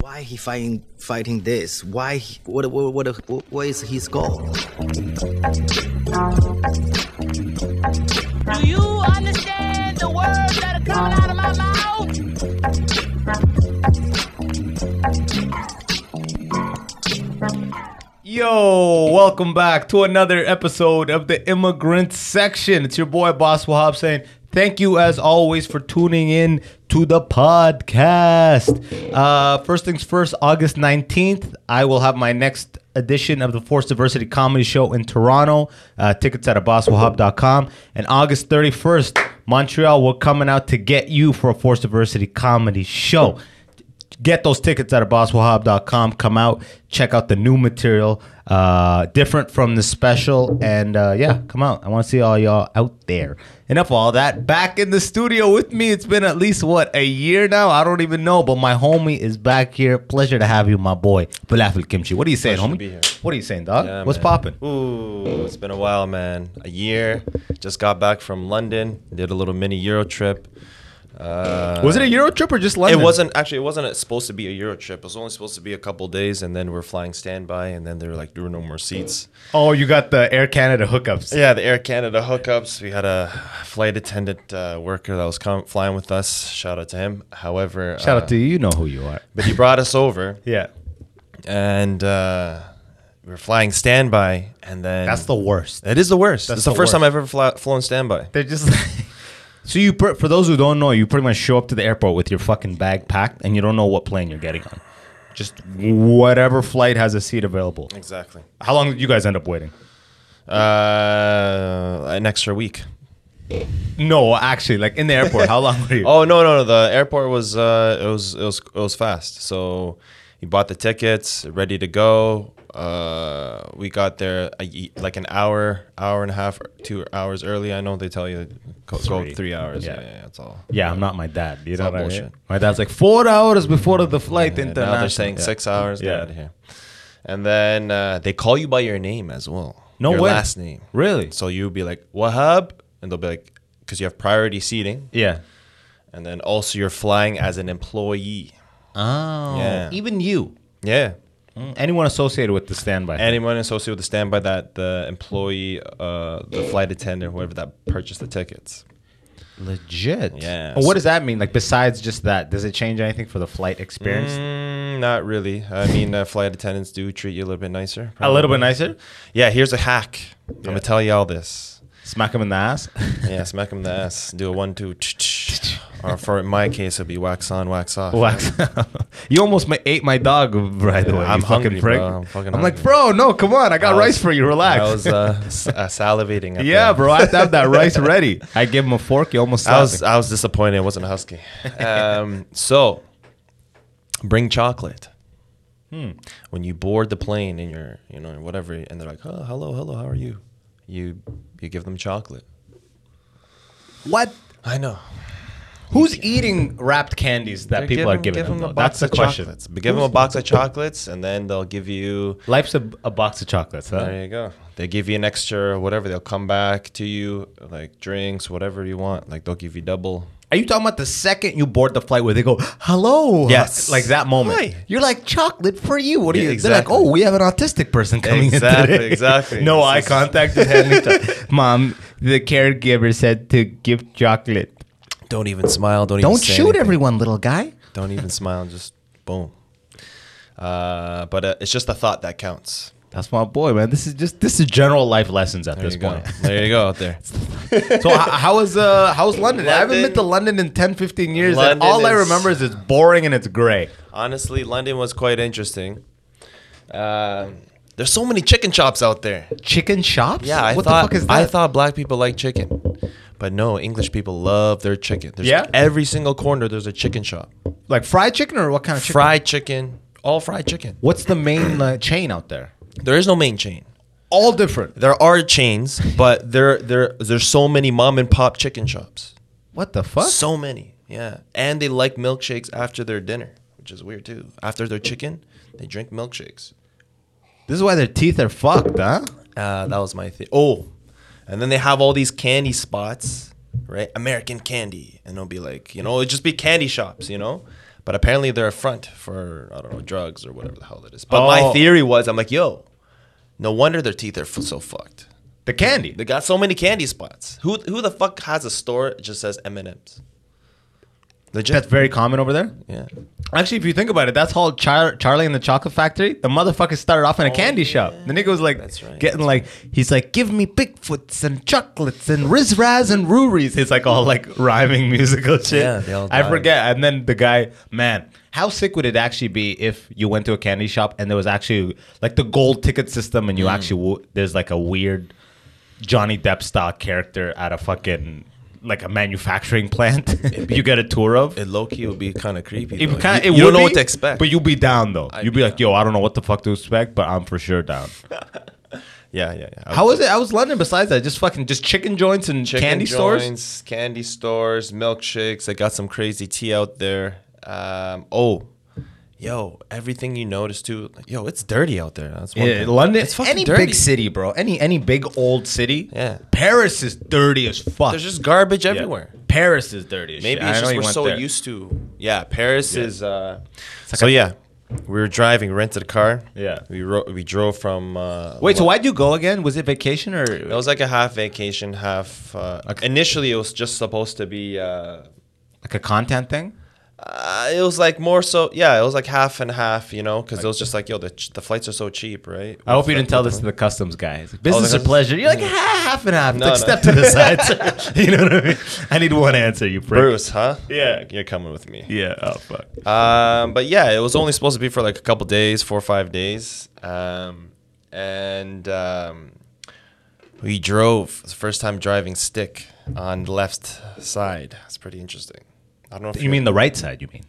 why he fighting fighting this? Why he- what what what, what, what is his goal? Do you understand the words that are coming out of my mouth? Yo, welcome back to another episode of the Immigrant Section. It's your boy Boss Wahab saying thank you as always for tuning in to the podcast. Uh, first things first, August 19th, I will have my next edition of the Force Diversity Comedy Show in Toronto. Uh, tickets at abbaswahab.com. And August 31st, Montreal, we're coming out to get you for a Force Diversity Comedy Show get those tickets at abbaswahab.com come out check out the new material uh different from the special and uh yeah come out i want to see all y'all out there enough of all that back in the studio with me it's been at least what a year now i don't even know but my homie is back here pleasure to have you my boy falafel kimchi what are you saying Pleasure to homie be here. what are you saying dog Yeah, what's man. popping Ooh, it's been a while, man. A year. Just got back from London. Did a little mini Euro trip. Uh, was it a euro trip or just london It wasn't actually. It wasn't supposed to be a Euro trip. It was only supposed to be a couple days, and then we're flying standby, and then they were like, "There were no more seats." oh you got the air canada hookups Yeah, the Air Canada hookups. We had a flight attendant uh, worker that was com- flying with us. Shout out to him. However, shout uh, out to you you know who you are But he brought us over, yeah and uh, we were flying standby, and then that's the worst It is the worst. That's it's the, the first time worst. I've ever fly- flown standby. They're just like. So you, pr- for those who don't know, you pretty much show up to the airport with your fucking bag packed, and you don't know what plane you're getting on. Just whatever flight has a seat available. Exactly. How long did you guys end up waiting? Uh, an extra week. No, actually, like in the airport, how long were you? Oh no, no, no. The airport was uh, it was it was it was fast. So he bought the tickets, ready to go. Uh, we got there a, ye- like an hour, hour and a half, two hours early. I know they tell you go go Three. three, hours. Yeah. Yeah, yeah, that's all. yeah, I'm not my dad. You know all what I mean? bullshit. My dad's like four hours before the flight. And international. now they're saying Yeah. six hours. Get Yeah. out of here. And then uh, they call you by your name as well. No your way. Last name. Really? So you'll be like Wahab, and they'll be like, because you have priority seating, Yeah. and then also you're flying as an employee. Oh. Yeah. Even you. Yeah. Anyone associated with the standby? Anyone associated with the standby that the employee, uh, the flight attendant, whoever that purchased the tickets. Legit. Yeah, Oh, what so- does that mean? Like besides just that, does it change anything for the flight experience? Mm, not really. I mean, uh, flight attendants do treat you a little bit nicer. A little bit probably. nicer. Yeah. Here's a hack. I'm gonna tell you all this. Smack him in the ass. Yeah, smack him in the ass. Do a one, two, ch-ch. or for in my case, it'd be wax on, wax off. Wax. you almost ma- ate my dog right away. I'm you fucking hungry, prick. bro. I'm fucking like, hungry. bro, no, come on. I got I rice was- for you. Relax. I was uh, s- uh, salivating. at yeah, the- bro. I have to have that rice ready. I gave him a fork. He almost I slapped was me. I was disappointed. It wasn't a husky. Um, so, bring chocolate. Hmm. When you board the plane and you're you know whatever, and they're like, oh, hello, hello, how are you? You you give them chocolate. uh, What? I know. Who's eating wrapped candies that people are giving give them? them a though? box That's the of question. chocolates. Give them a box of chocolates, and then they'll give you Life's a, a box of chocolates, huh? There you go. They give you an extra whatever. They'll come back to you like drinks, whatever you want. Like they'll give you double. Are you talking about the second you board the flight where they go, hello? Yes. Like that moment. Hi. You're like, chocolate for you. What are Yeah, you? They're like, exactly. oh, we have an autistic person coming in Exactly, today. exactly. no This eye is- contact. just hand me to- Mom, the caregiver said to give chocolate. Don't even smile. Don't, even Don't say shoot anything. everyone, little guy. Don't even smile. Just boom. Uh, but uh, it's just the thought that counts. That's my boy, man. This is just this is general life lessons at There this you go. point. there you go out there. so h- how is uh how's London? I haven't London- been to London in 10, 15 years, and London all I is- remember is it's boring and it's gray. Honestly, London was quite interesting. Um, there's so many chicken shops out there. Chicken shops? Yeah, I what thought the fuck is that? I thought black people like chicken, but no, English people love their chicken. There's Yeah? every single corner there's a chicken shop. like fried chicken or what kind of chicken? Fried chicken, all fried chicken. What's the main uh, chain out there? There is no main chain. All different. There are chains, but there there there's so many mom and pop chicken shops. What the fuck? So many. Yeah. And they like milkshakes after their dinner, which is weird too. After their chicken, they drink milkshakes. this is why their teeth are fucked, huh? Uh, that was my thing. Oh, and then they have all these candy spots, right? American candy, and they'll be like, you know, it just be candy shops, you know. But apparently they're a front for I don't know drugs or whatever the hell that is. But my Oh. theory was, I'm like, yo, no wonder their teeth are f- so fucked. The candy. They got so many candy spots. Who who the fuck has a store that just says M and M's? Legit. That's very common over there. yeah. Actually, if you think about it, that's how Char- Charlie and the Chocolate Factory. The motherfucker started off in a candy shop. The nigga was like Oh, That's right. getting like he's like, give me Bigfoots and chocolates and Riz Raz and Ruris. It's like all like rhyming musical shit. Yeah, they all I died. forget. And then the guy, man, how sick would it actually be if you went to a candy shop and there was actually like the gold ticket system and you Mm. actually w- there's like a weird Johnny Depp style character at a fucking like a manufacturing plant you get a tour of. It low key would be kind of creepy. It though. kind you, it you would don't know be, what to expect. But you'll be down though. I'd you'll be be like, yo, I don't know what the fuck to expect, but I'm for sure down. yeah, yeah, yeah. How was it? I was London besides that. Just fucking just chicken joints and Chicken candy stores. joints, candy stores, milkshakes. They got some crazy tea out there. Um, oh, yo, everything you notice too. like, Yo, it's dirty out there. That's one Yeah, thing. London. It's fucking any dirty. big city, bro. Any any big old city. Yeah. Paris is dirty as fuck. There's just garbage Yeah. everywhere. Paris is dirty as Maybe shit. I know it's just you we're went so there. used to. Yeah, Paris is. Uh, so yeah, we were driving, rented a car. Yeah. we ro- we drove from. Uh, Wait, so Lo- why'd you go again? Was it vacation or? It was like a half vacation, half. Uh, Initially, it was just supposed to be. Uh, like a content thing? Uh, it was like more so, yeah. It was like half and half, you know, because it was just like, yo, the, ch- the flights are so cheap, right? I hope you didn't tell this to the customs guy. He's like, Business or customs- pleasure? You're like "Ah, half and half. No, like, no. step to the side. sir. you know what I mean? I need one answer, you prick. Bruce, huh? Yeah. you're coming with me. Yeah. Oh fuck. Um, but yeah, it was only supposed to be for like a couple days, four or five days. Um, and um, we drove it's the first time driving stick on the left side. It's pretty interesting. I don't know if You mean the right side? You mean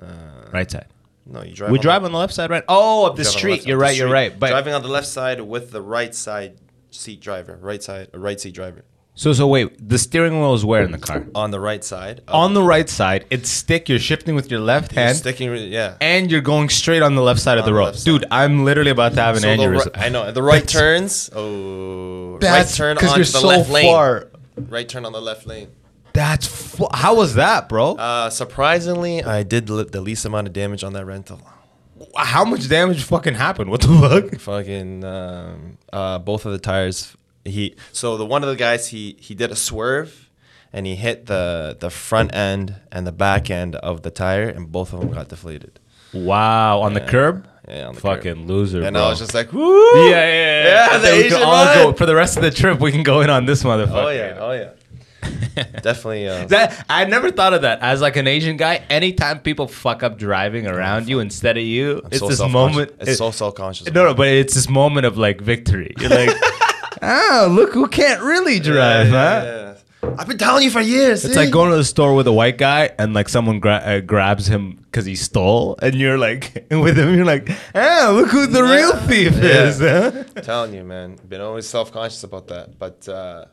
Uh, right side? no, you drive. We on drive on the left side, right? Oh, up the drive on left street. side, You're the right. You're street. right. But driving on the left side with the right side seat driver, right side, a right seat driver. so so wait. The steering wheel is where in the car? on the right side. of- On the right side, it's stick. You're shifting with your left you're hand, sticking, re- yeah. and you're going straight on the left side of On the the road, left side. dude. I'm literally about to have an So the ri- aneurysm. I know the right That's- turns. Oh, right That's turn because on you're the so left lane. far. Right turn on the left lane. That's fu- how was that, bro? Uh, surprisingly, I did li- the least amount of damage on that rental. how much damage fucking happened? What the fuck? Fucking um, uh, both of the tires. He so the one of the guys he he did a swerve, and he hit the the front end and the back end of the tire, and both of them got deflated. Wow, on the curb. Yeah, on the curb. fucking loser. And bro. I was just like, woo! Yeah, yeah, yeah. Yeah, I think the we can Asian all one. go for the rest of the trip. We can go in on this motherfucker. Oh yeah, oh yeah. Definitely. Uh, That I never thought of that as like an Asian guy. Anytime people fuck up driving around you instead of you, it's so this self-conscious. moment. It's so self-conscious. no, no, but it's this moment of like victory. You're like, oh, look who can't really drive, huh? I've been telling you for years. It's like going to the store with a white guy and like someone gra- uh, grabs him because he stole, and you're like, with him, you're like, oh, look who the real thief Yeah. is. Huh? telling you, man. Been always self-conscious about that, but uh,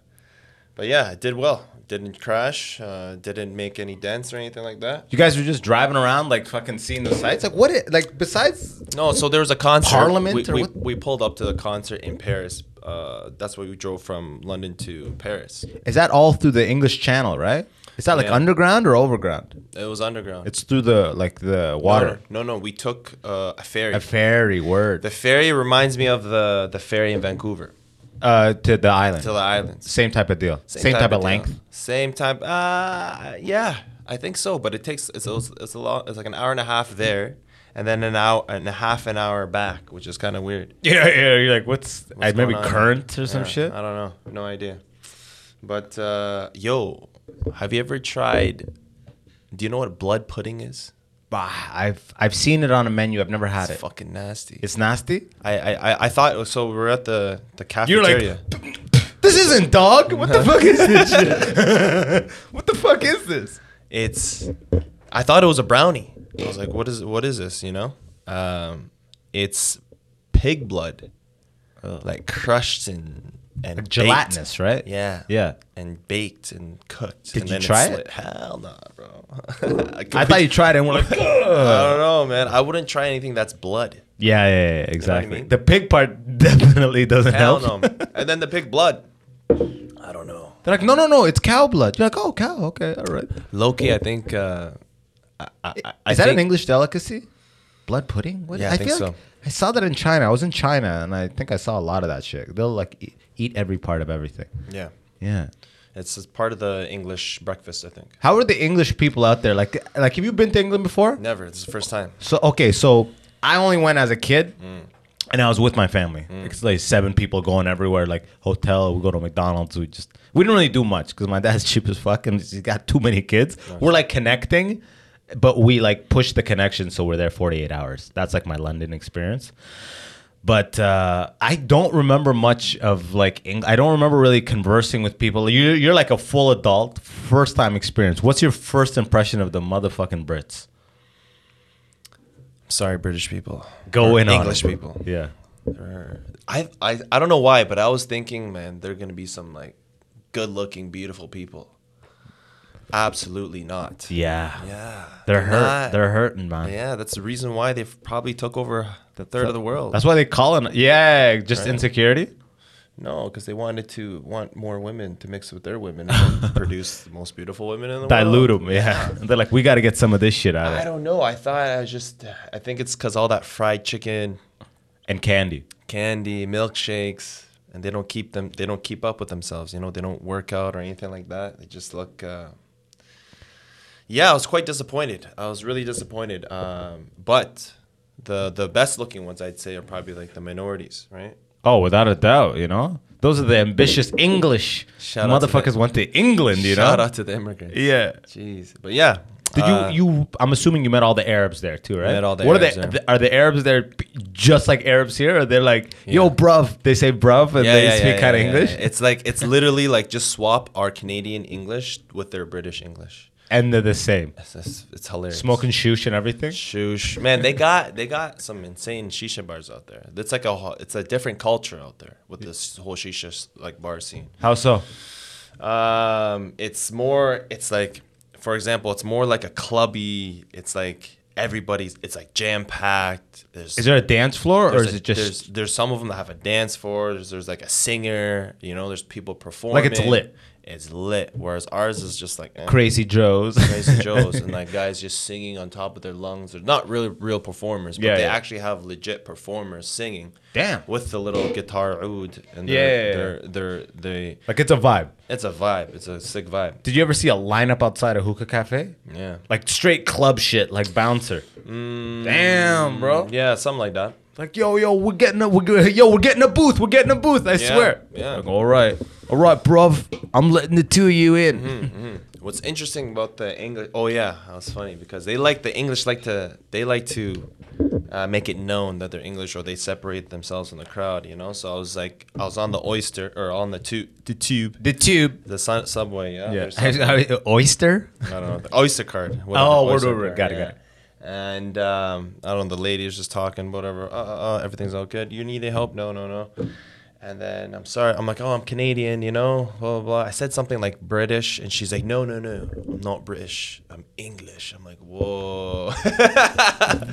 but yeah, I did well. Didn't crash. Uh, didn't make any dents or anything like that. You guys were just driving around, like fucking seeing the sights. Like what? It, like besides No. So there was a concert. Parliament We, or we, what? we pulled up to the concert in Paris. Uh, that's why we drove from London to Paris. Is that all through the English Channel, right? Is that like Yeah. underground or overground? It was underground. It's through the like the No, water. No, no. no, we took uh, a ferry. A ferry word the ferry reminds me of the the ferry in Vancouver uh, to the island. to the islands. Same type of deal. Same, type, of deal. length. Same type. Uh, yeah, I think so. But it takes it's it's, it's a lot. It's like an hour and a half there, and then an hour and a half an hour back, which is kind of weird. Yeah, yeah. You're like, what's, What's uh, maybe going on? current or some Yeah, shit? I don't know. No idea. But uh, yo, have you ever tried? Do you know what blood pudding is? Bah, I've I've seen it on a menu. I've never had It's it. fucking nasty. It's nasty. I, I I- I thought it was- so. We were at the the You're like, cafeteria. This isn't dog. What the fuck is this? shit? what the fuck is this? it's I thought it was a brownie. I was like, what is what is this? You know, um, it's pig blood, like crushed and and baked. Oh. Gelatinous, right? Yeah, Yeah. and baked and cooked. Did and you try it's it? lit. Hell no, bro. I thought you tried it and were like, I don't know, man. I wouldn't try anything that's blood. yeah, yeah, yeah, exactly. mean? The pig part definitely doesn't Hell help. no. man. and then the pig blood. I don't know. They're like, no, no, no, it's cow blood. You're like, oh, cow. Okay, all right. Loki, I think uh, I, I, Is that an English delicacy? Blood pudding? What? Yeah, I think feel so. like I saw that in China. I was in China, and I think I saw a lot of that shit. They'll like eat, eat every part of everything. Yeah, Yeah. it's it's part of the English breakfast. I think How are the English people out there? Like, like have you been to England before? never. This is the first time. So okay, so I only went as a kid, and I was with my family. It's like seven people going everywhere, like hotel. We go to McDonald's. We just we didn't really do much because my dad's cheap as fuck, and he's got too many kids. We're like connecting, but we like push the connection, so we're there forty eight hours. That's like my London experience. But uh, I don't remember much of like Eng- I don't remember really conversing with people. You're, you're like a full adult, first time experience. What's your first impression of the motherfucking Brits? Sorry, British people. Go Or in on English it. people. Yeah. Or- I, I I don't know why, but I was thinking, man, they're gonna be some like good-looking, beautiful people. Absolutely not. Yeah. Yeah, They're hurt. not. They're hurting, man. Yeah, that's the reason why they probably took over the third of the world. That's why they call it. Yeah, just insecurity. No, because they wanted to want more women to mix with their women and then produce the most beautiful women in the world. Dilute them. Yeah. They're like, we got to get some of this shit out I of it. don't know. I thought I was just. I think it's because all that fried chicken, And candy. candy, milkshakes, and they don't keep them. They don't keep up with themselves. You know, they don't work out or anything like that. They just look. Uh, yeah, I was quite disappointed. I was really disappointed. Um, but the the best looking ones I'd say are probably like the minorities, right? Oh, without a doubt, you know? Those are the ambitious English Shout out to motherfuckers the- went to England, you Shout know? out to the immigrants. Yeah. Jeez, but yeah. Did uh, you, you, I'm assuming you met all the Arabs there too, right? Met all the what Arabs are they, there. Are the Arabs there p- just like Arabs here? Or they're like, yo, Yeah. bruv. They say bruv and they speak kind of yeah, English. yeah. It's like it's literally like just swap our Canadian English with their British English. And they're the same. It's, it's, it's hilarious. Smoking shoosh and everything. Shoosh, man, they got they got some insane shisha bars out there. That's like a ho- it's a different culture out there with this whole shisha s- like bar scene. How so? Um, it's more it's like for example, it's more like a clubby. It's like everybody's. It's like jam packed. There's Is there a dance floor or there's is a- it just there's, there's some of them that have a dance floor. There's, there's like a singer. You know, there's people performing. it's lit. It's lit. Whereas ours is just like eh, Crazy Joes. crazy joes and like guys just singing on top of their lungs. They're not really real performers, but Yeah, they yeah. actually have legit performers singing. Damn. With the little guitar oud and Yeah, yeah, yeah. they're, they're, they Like it's a vibe. it's a vibe. It's a sick vibe. Did you ever see a lineup outside a hookah cafe? Yeah. Like straight club shit, like bouncer. Damn, bro. Mm. Yeah, something like that. Like yo, yo, we're getting a, we're go- yo, we're getting a booth, we're getting a booth. I Yeah, swear. yeah. Like, all right, all right, bruv. I'm letting the two of you in. Mm-hmm. What's interesting about the English? Oh yeah, that was funny because they like the English like to they like to uh, make it known that they're English or they separate themselves from the crowd. You know, so I was like, I was on the oyster or on the tube, the tube, The tube. the sun, subway. Yeah, Yeah. there's something. Oyster. I don't know the oyster card. whatever, Oh, word, oyster word, word. Got it, got it. And um, I don't know. The lady was just talking, whatever. Uh, uh, uh, everything's all good. You need any help? No, no, no. And then I'm sorry. I'm like, oh, I'm Canadian, you know, blah blah. blah. I said something like British, and she's like, no, no, no, I'm not British. I'm English. I'm like, whoa.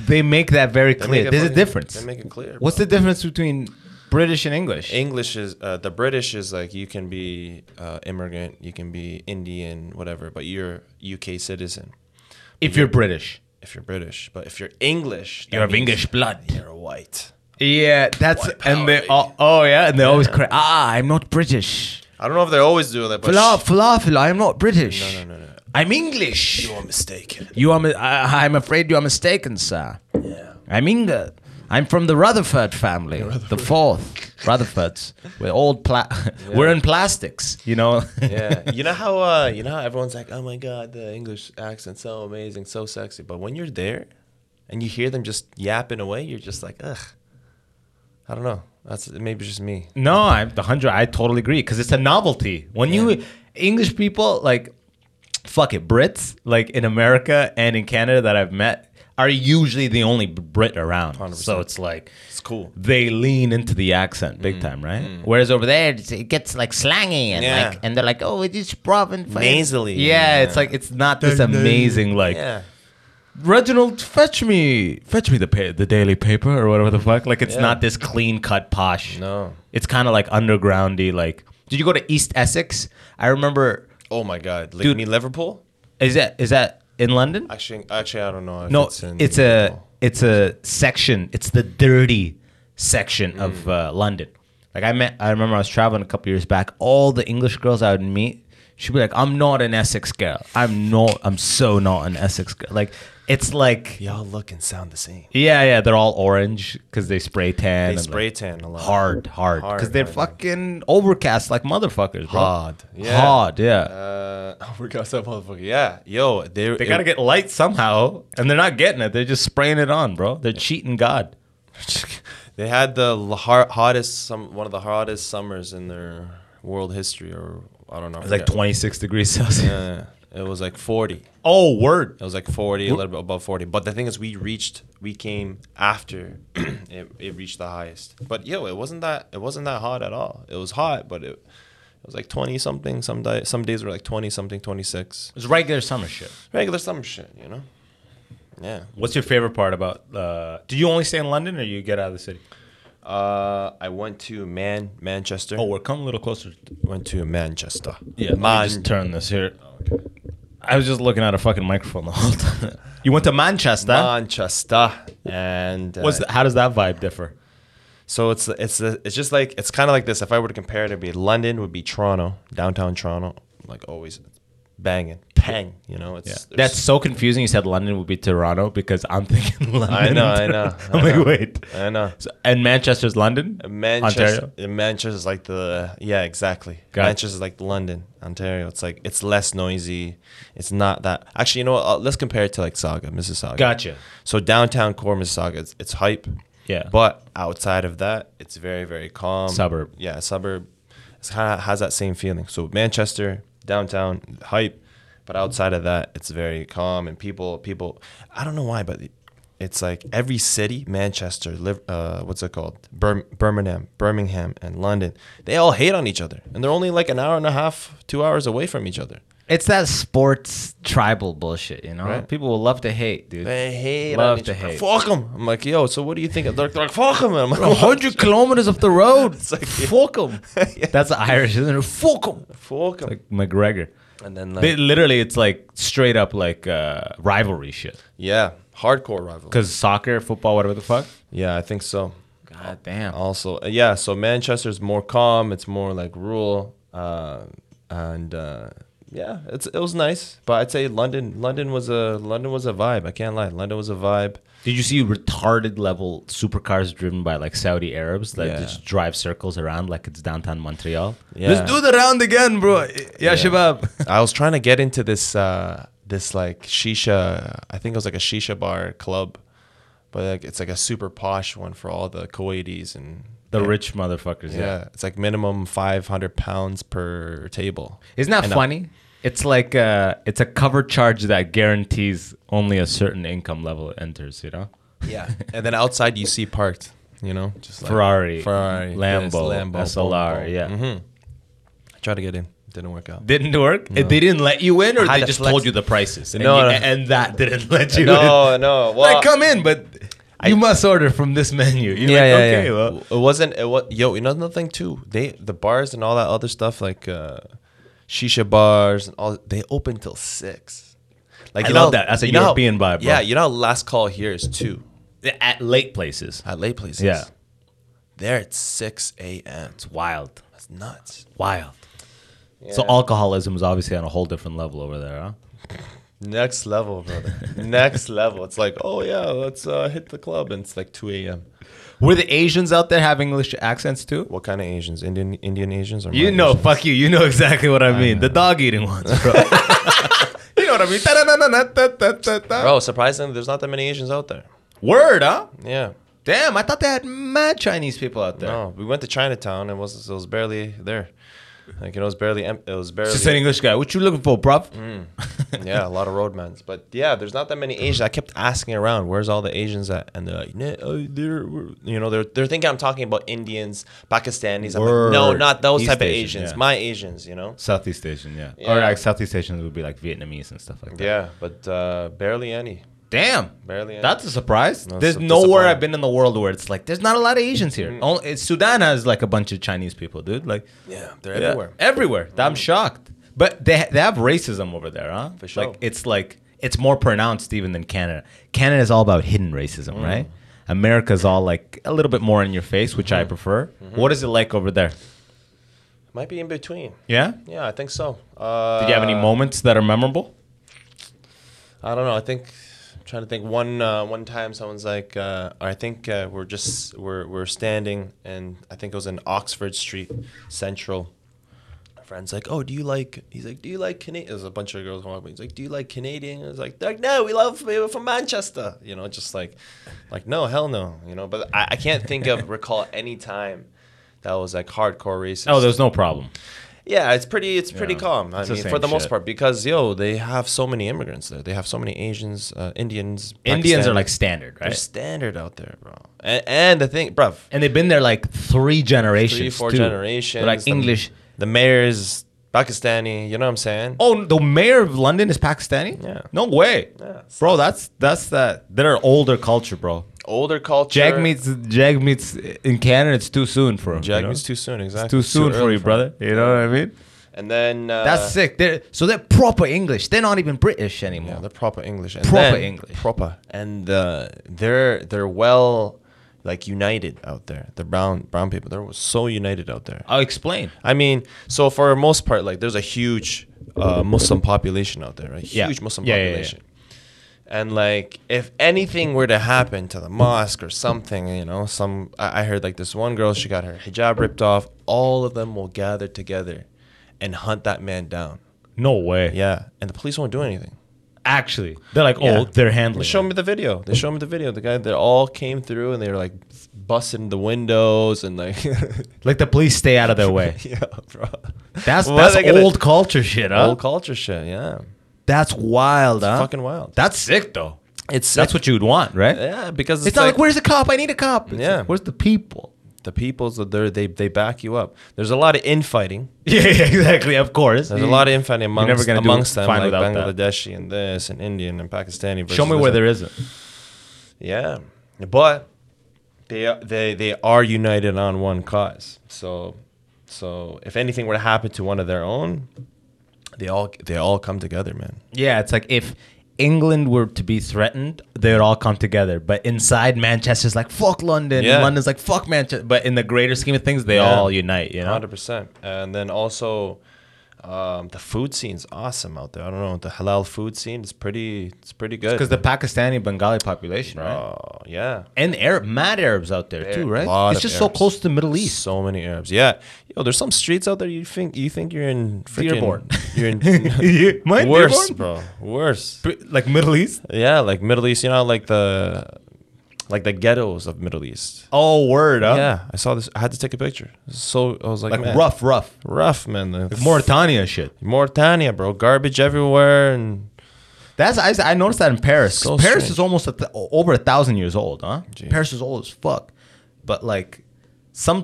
They make that very Make clear. it There's a fucking- difference. They make it clear. What's the difference between British and English? English is uh, the British is like you can be uh, immigrant, you can be Indian, whatever, but you're UK citizen if you're British, if you're British. But if you're English, that you have means English blood. You're white. Yeah, that's White and they power, all, oh yeah, and they always cry. Ah, I'm not British. I don't know if they're always doing that, but Falafel, falafel. I'm not British. No, no, no, no. I'm English. you are mistaken. You are. mi- I, I'm afraid you are mistaken, sir. Yeah. I'm England. I'm from the Rutherford family, the fourth Rutherfords. We're old. Pla- We're in plastics, you know. Yeah. You know how uh, you know how everyone's like, oh my god, the English accent's so amazing, so sexy. But when you're there and you hear them just yapping away, you're just like, ugh. I don't know. That's maybe just me. No, I'm the hundred. I totally agree because it's a novelty. When you English people like, fuck it, Brits like in America and in Canada that I've met are usually the only Brit around. So it's like It's cool. they lean into the accent big time, right? Whereas over there it's- it gets like slangy and Mm-hmm. Yeah. like and they're like, oh, it is province Nasally. Yeah, it's like it's not this amazing like Yeah. Reginald, fetch me, fetch me the pa- the daily paper or whatever the fuck. Like it's Yeah. not this clean cut posh. No. it's kind of like undergroundy. Like, did you go to East Essex? I remember. Oh my god. Like Dude. me Liverpool? Is that is that in London? Actually, actually, I don't know. If No, it's, it's, in, a it's a section. It's the dirty section of Mm. uh, London. Like I met, I remember I was traveling a couple years back. All the English girls I would meet, she'd be like, "I'm not an Essex girl. I'm not. I'm so not an Essex girl." Like it's like, yeah, Y'all look and sound the same. yeah, they're all orange because they spray tan. They and, spray like, tan a lot. hard, hard, because Hard, they're hard, hard. fucking overcast like motherfuckers, bro. Hard, yeah. hard, yeah. Uh, oh my gosh, that motherfucker. Yeah, yo, they they gotta get light somehow, and they're not getting it. They're just spraying it on, bro. They're cheating God. They had the l- har- hottest, some one of the hottest summers in their world history, or I don't know. It's like 26 degrees Celsius. Yeah, it was like 40. Oh, word. It was like 40, a little bit above 40. But the thing is, we reached, we came after it, it reached the highest. But yo, it wasn't that, it wasn't that hot at all. It was hot, but it, it was like 20 something. Some day, some days were like 20 something, 26. It's regular summer shit. Regular summer shit, you know? Yeah. What's your favorite part about? Uh, do you only stay in London or you get out of the city? Uh, I went to Man Manchester. Oh, we're coming a little closer. went to Manchester. Man. Man. Just turn this here. I was just looking at a fucking microphone the whole time. You went to Manchester. Manchester. And uh, What's the, how does that vibe differ? so it's it's it's just like it's kind of like this. If I were to compare it, it'd be London would be Toronto, downtown Toronto, like always banging, bang. You know, it's there's- That's so confusing. You said London would be Toronto because I'm thinking London. I know, and I know, Toronto. I I'm know. like, wait. I know. So, and Manchester's London. Manchester, Ontario? Manchester's like the yeah, exactly. Got it. Manchester's like London, Ontario. It's like it's less noisy. It's not that. Actually, you know what? Uh, let's compare it to like Saga, Mississauga. Gotcha. So downtown core Mississauga, it's, it's hype. Yeah. But outside of that, it's very very calm. Suburb. Um, Yeah, suburb. It's kind of has that same feeling. So Manchester downtown hype, but outside of that, it's very calm and people people. I don't know why, but it's like every city, Manchester, Liv, uh, what's it called, Bir- Birmingham, Birmingham, and London. They all hate on each other, and they're only like an hour and a half, two hours away from each other. It's that sports tribal bullshit, you know. Right. People will love to hate, dude. They hate Love on each to other. hate. Fuck them. I'm like, yo. So what do you think? They're like, fuck them. I'm like, A hundred kilometers up the road. It's like- fuck them. Yeah. That's Irish, isn't it? Fuck them. fuck 'em. Like McGregor. and then like, They literally, it's like straight up like uh, rivalry shit. yeah, hardcore rival. Because soccer, football, whatever the fuck. Yeah, I think so. God damn. Also, uh, yeah. So Manchester's more calm. It's more like rural, uh, and uh, yeah, it's it was nice. But I'd say London, London was a London was a vibe. I can't lie, London was a vibe. Did you see retarded level supercars driven by like Saudi Arabs that Yeah. just drive circles around like it's downtown Montreal? Yeah. Let's do the round again, bro. Yeah, Shabab. I was trying to get into this uh, this like shisha. I think it was like a shisha bar club, but like it's like a super posh one for all the Kuwaitis and The rich motherfuckers. yeah. It's like minimum five hundred pounds per table. Isn't that And, uh, funny? It's like uh it's a cover charge that guarantees only a certain income level enters, you know? Yeah, and then outside you see parked, you know, just like Ferrari, Ferrari, Lambo, Mm-hmm. yes, Lambo, boom, SLR, boom. yeah. Try to get in, didn't work out. Didn't work. It- They didn't let you in, or Had they to just flex- told you the prices. And, No, you- no. and that didn't let you No, in. no. Well, like come in, but you must order from this menu. You're yeah, like, yeah, okay, yeah. well, it wasn't. It was yo. You know another thing too. They the bars and all that other stuff like uh, shisha bars and all. They open till six. I Like you love that. That's a you know how- European vibe, bro. Yeah, you know how last call here is two at late places. at late places. Yeah, there it's six a.m. it's wild, That's nuts. wild. So alcoholism is obviously on a whole different level over there, huh? Next level, brother. Next level. It's like, oh yeah, let's uh, hit the club, and it's like two a.m. Were the Asians out there have English accents too? What kind of Asians? Indian Indian Asians or You Malaysians? know, fuck you. You know exactly what I mean. The dog eating ones, bro. you know what I mean? Ta-da-na-na-na-ta-ta-ta-ta. Bro, surprisingly, there's not that many Asians out there. Word, huh? Yeah. Damn, I thought they had mad Chinese people out there. No, we went to Chinatown. It was it was barely there. Like you know, it was barely em- it was barely Just an English guy. What you looking for, bruv? Mm. yeah, a lot of roadmans. But yeah, there's not that many Asians. I kept asking around, where's all the Asians at? And they're like, nah, uh, they're we're-" you know they're they're thinking I'm talking about Indians, Pakistanis. I'm like, no, Word. not those East type of Asian, Asians. yeah. My Asians, you know. Southeast Asian, yeah. Yeah. Or like Southeast Asians would be like Vietnamese and stuff like that. Yeah, but uh, barely any. Damn. Barely any. That's a surprise. No, there's it's a nowhere disappointment. Mm-hmm. I've been in the world where it's like, there's not a lot of Asians here. Only, Sudan has like a bunch of Chinese people, dude. Like, Yeah, they're Yeah. everywhere. Mm-hmm. Everywhere. I'm shocked. But they they have racism over there, huh? For sure. Like it's like it's more pronounced even than Canada. Canada is all about hidden racism, Mm-hmm. right? America's all like a little bit more in your face, which Mm-hmm. I prefer. What is it like over there? Might be in between. Yeah. Yeah, I think so. Uh, Did you have any moments that are memorable? I don't know. I think I'm trying to think. One uh, one time, someone's like, uh, I think uh, we're just we're we're standing, and I think it was in Oxford Street Central. My friend's like, oh, do you like? He's like, do you like Canadian? There's a bunch of girls walking. by. He's like, do you like Canadian? I was like, like no, we love we're from Manchester. You know, just like, like no, hell no. You know, but I, I can't think of recall any time that was like hardcore racist. Oh, there's no problem. Yeah, it's pretty. It's pretty Yeah. calm. I It's the mean, for same the most shit. part, because yo, they have so many immigrants there. They have so many Asians, uh, Indians. Indians are Pakistani. like standard, they're right? standard out there, bro. And, and the thing, bruv, And they've been there like three generations. three, four too. generations. They're like the- English. The mayor's Pakistani. You know what I'm saying? Oh, the mayor of London is Pakistani. Yeah. No way, Yeah. bro. That's that's that. They're an older culture, bro. Older culture. Jag meets Jag meets in Canada. It's too soon for him. Jag you know? means too soon. Exactly. Too soon for early you, brother. You know what I mean? And then uh, That's sick. They're so they're proper English. They're not even British anymore. Yeah, they're proper English. And Proper then- English. Proper. And uh, they're they're well like united out there. The brown brown people they're so united out there. I'll explain. I mean, so for the most part, like there's a huge uh, Muslim population out there, right? Huge Yeah. Muslim Yeah, yeah, yeah. population. And like, if anything were to happen to the mosque or something, you know, some I I heard like this one girl, she got her hijab ripped off. All of them will gather together and hunt that man down. No way. Yeah, and the police won't do anything. Actually, they're like, oh, Yeah. they're handling. They showed it. me the video. They showed me the video. The guy, they all came through and they were like busting the windows and like, Like the police stay out of their way. yeah, bro. That's What are that's they gonna- old culture shit, huh? Old culture shit, yeah. That's wild, huh? fucking wild. That's sick though. It's That's what you would want, right? yeah, because It's, not like, where's the cop? I need a cop. It's Yeah. like, where's the people? the peoples that they're- they they back you up. There's a lot of infighting. Yeah, yeah, exactly. Of course. There's a lot of infighting Mm. never amongst, gonna do amongst them, fine like without that. Bangladeshi and this and Indian and Pakistani. Versus Show me where this there isn't. Yeah, but they they they are united on one cause. So so if anything were to happen to one of their own, they all they all come together, man. Yeah, it's like if England were to be threatened, they would all come together. But inside Manchester's like fuck London, Yeah. and London's like fuck Manchester. But in the greater scheme of things, they Yeah. all unite. You know, Hundred percent. And then also, um, the food scene's awesome out there. I don't know the halal food scene is pretty. It's pretty good. because the Pakistani Bengali population, right? oh yeah, And Arab, mad Arabs out there too, right? lot It's of just so Arabs. close to the Middle East. so many Arabs. Yeah, yo, there's some streets out there you think you think you're in freaking Dearborn. You're in You- mine, worse, Dearborn? bro. Worse. Br- Like Middle East? Yeah, like Middle East. You know, like the like the ghettos of Middle East. Oh, word, huh? Yeah, I saw this. I had to take a picture. So I was like, Like man, rough, rough. rough man. The Like Mauritania shit. Mauritania, bro. Garbage everywhere and That's I, I noticed that in Paris. 'cause So Paris strange. is almost a th- over a thousand years old, huh? Jeez. Paris is old as fuck, but like some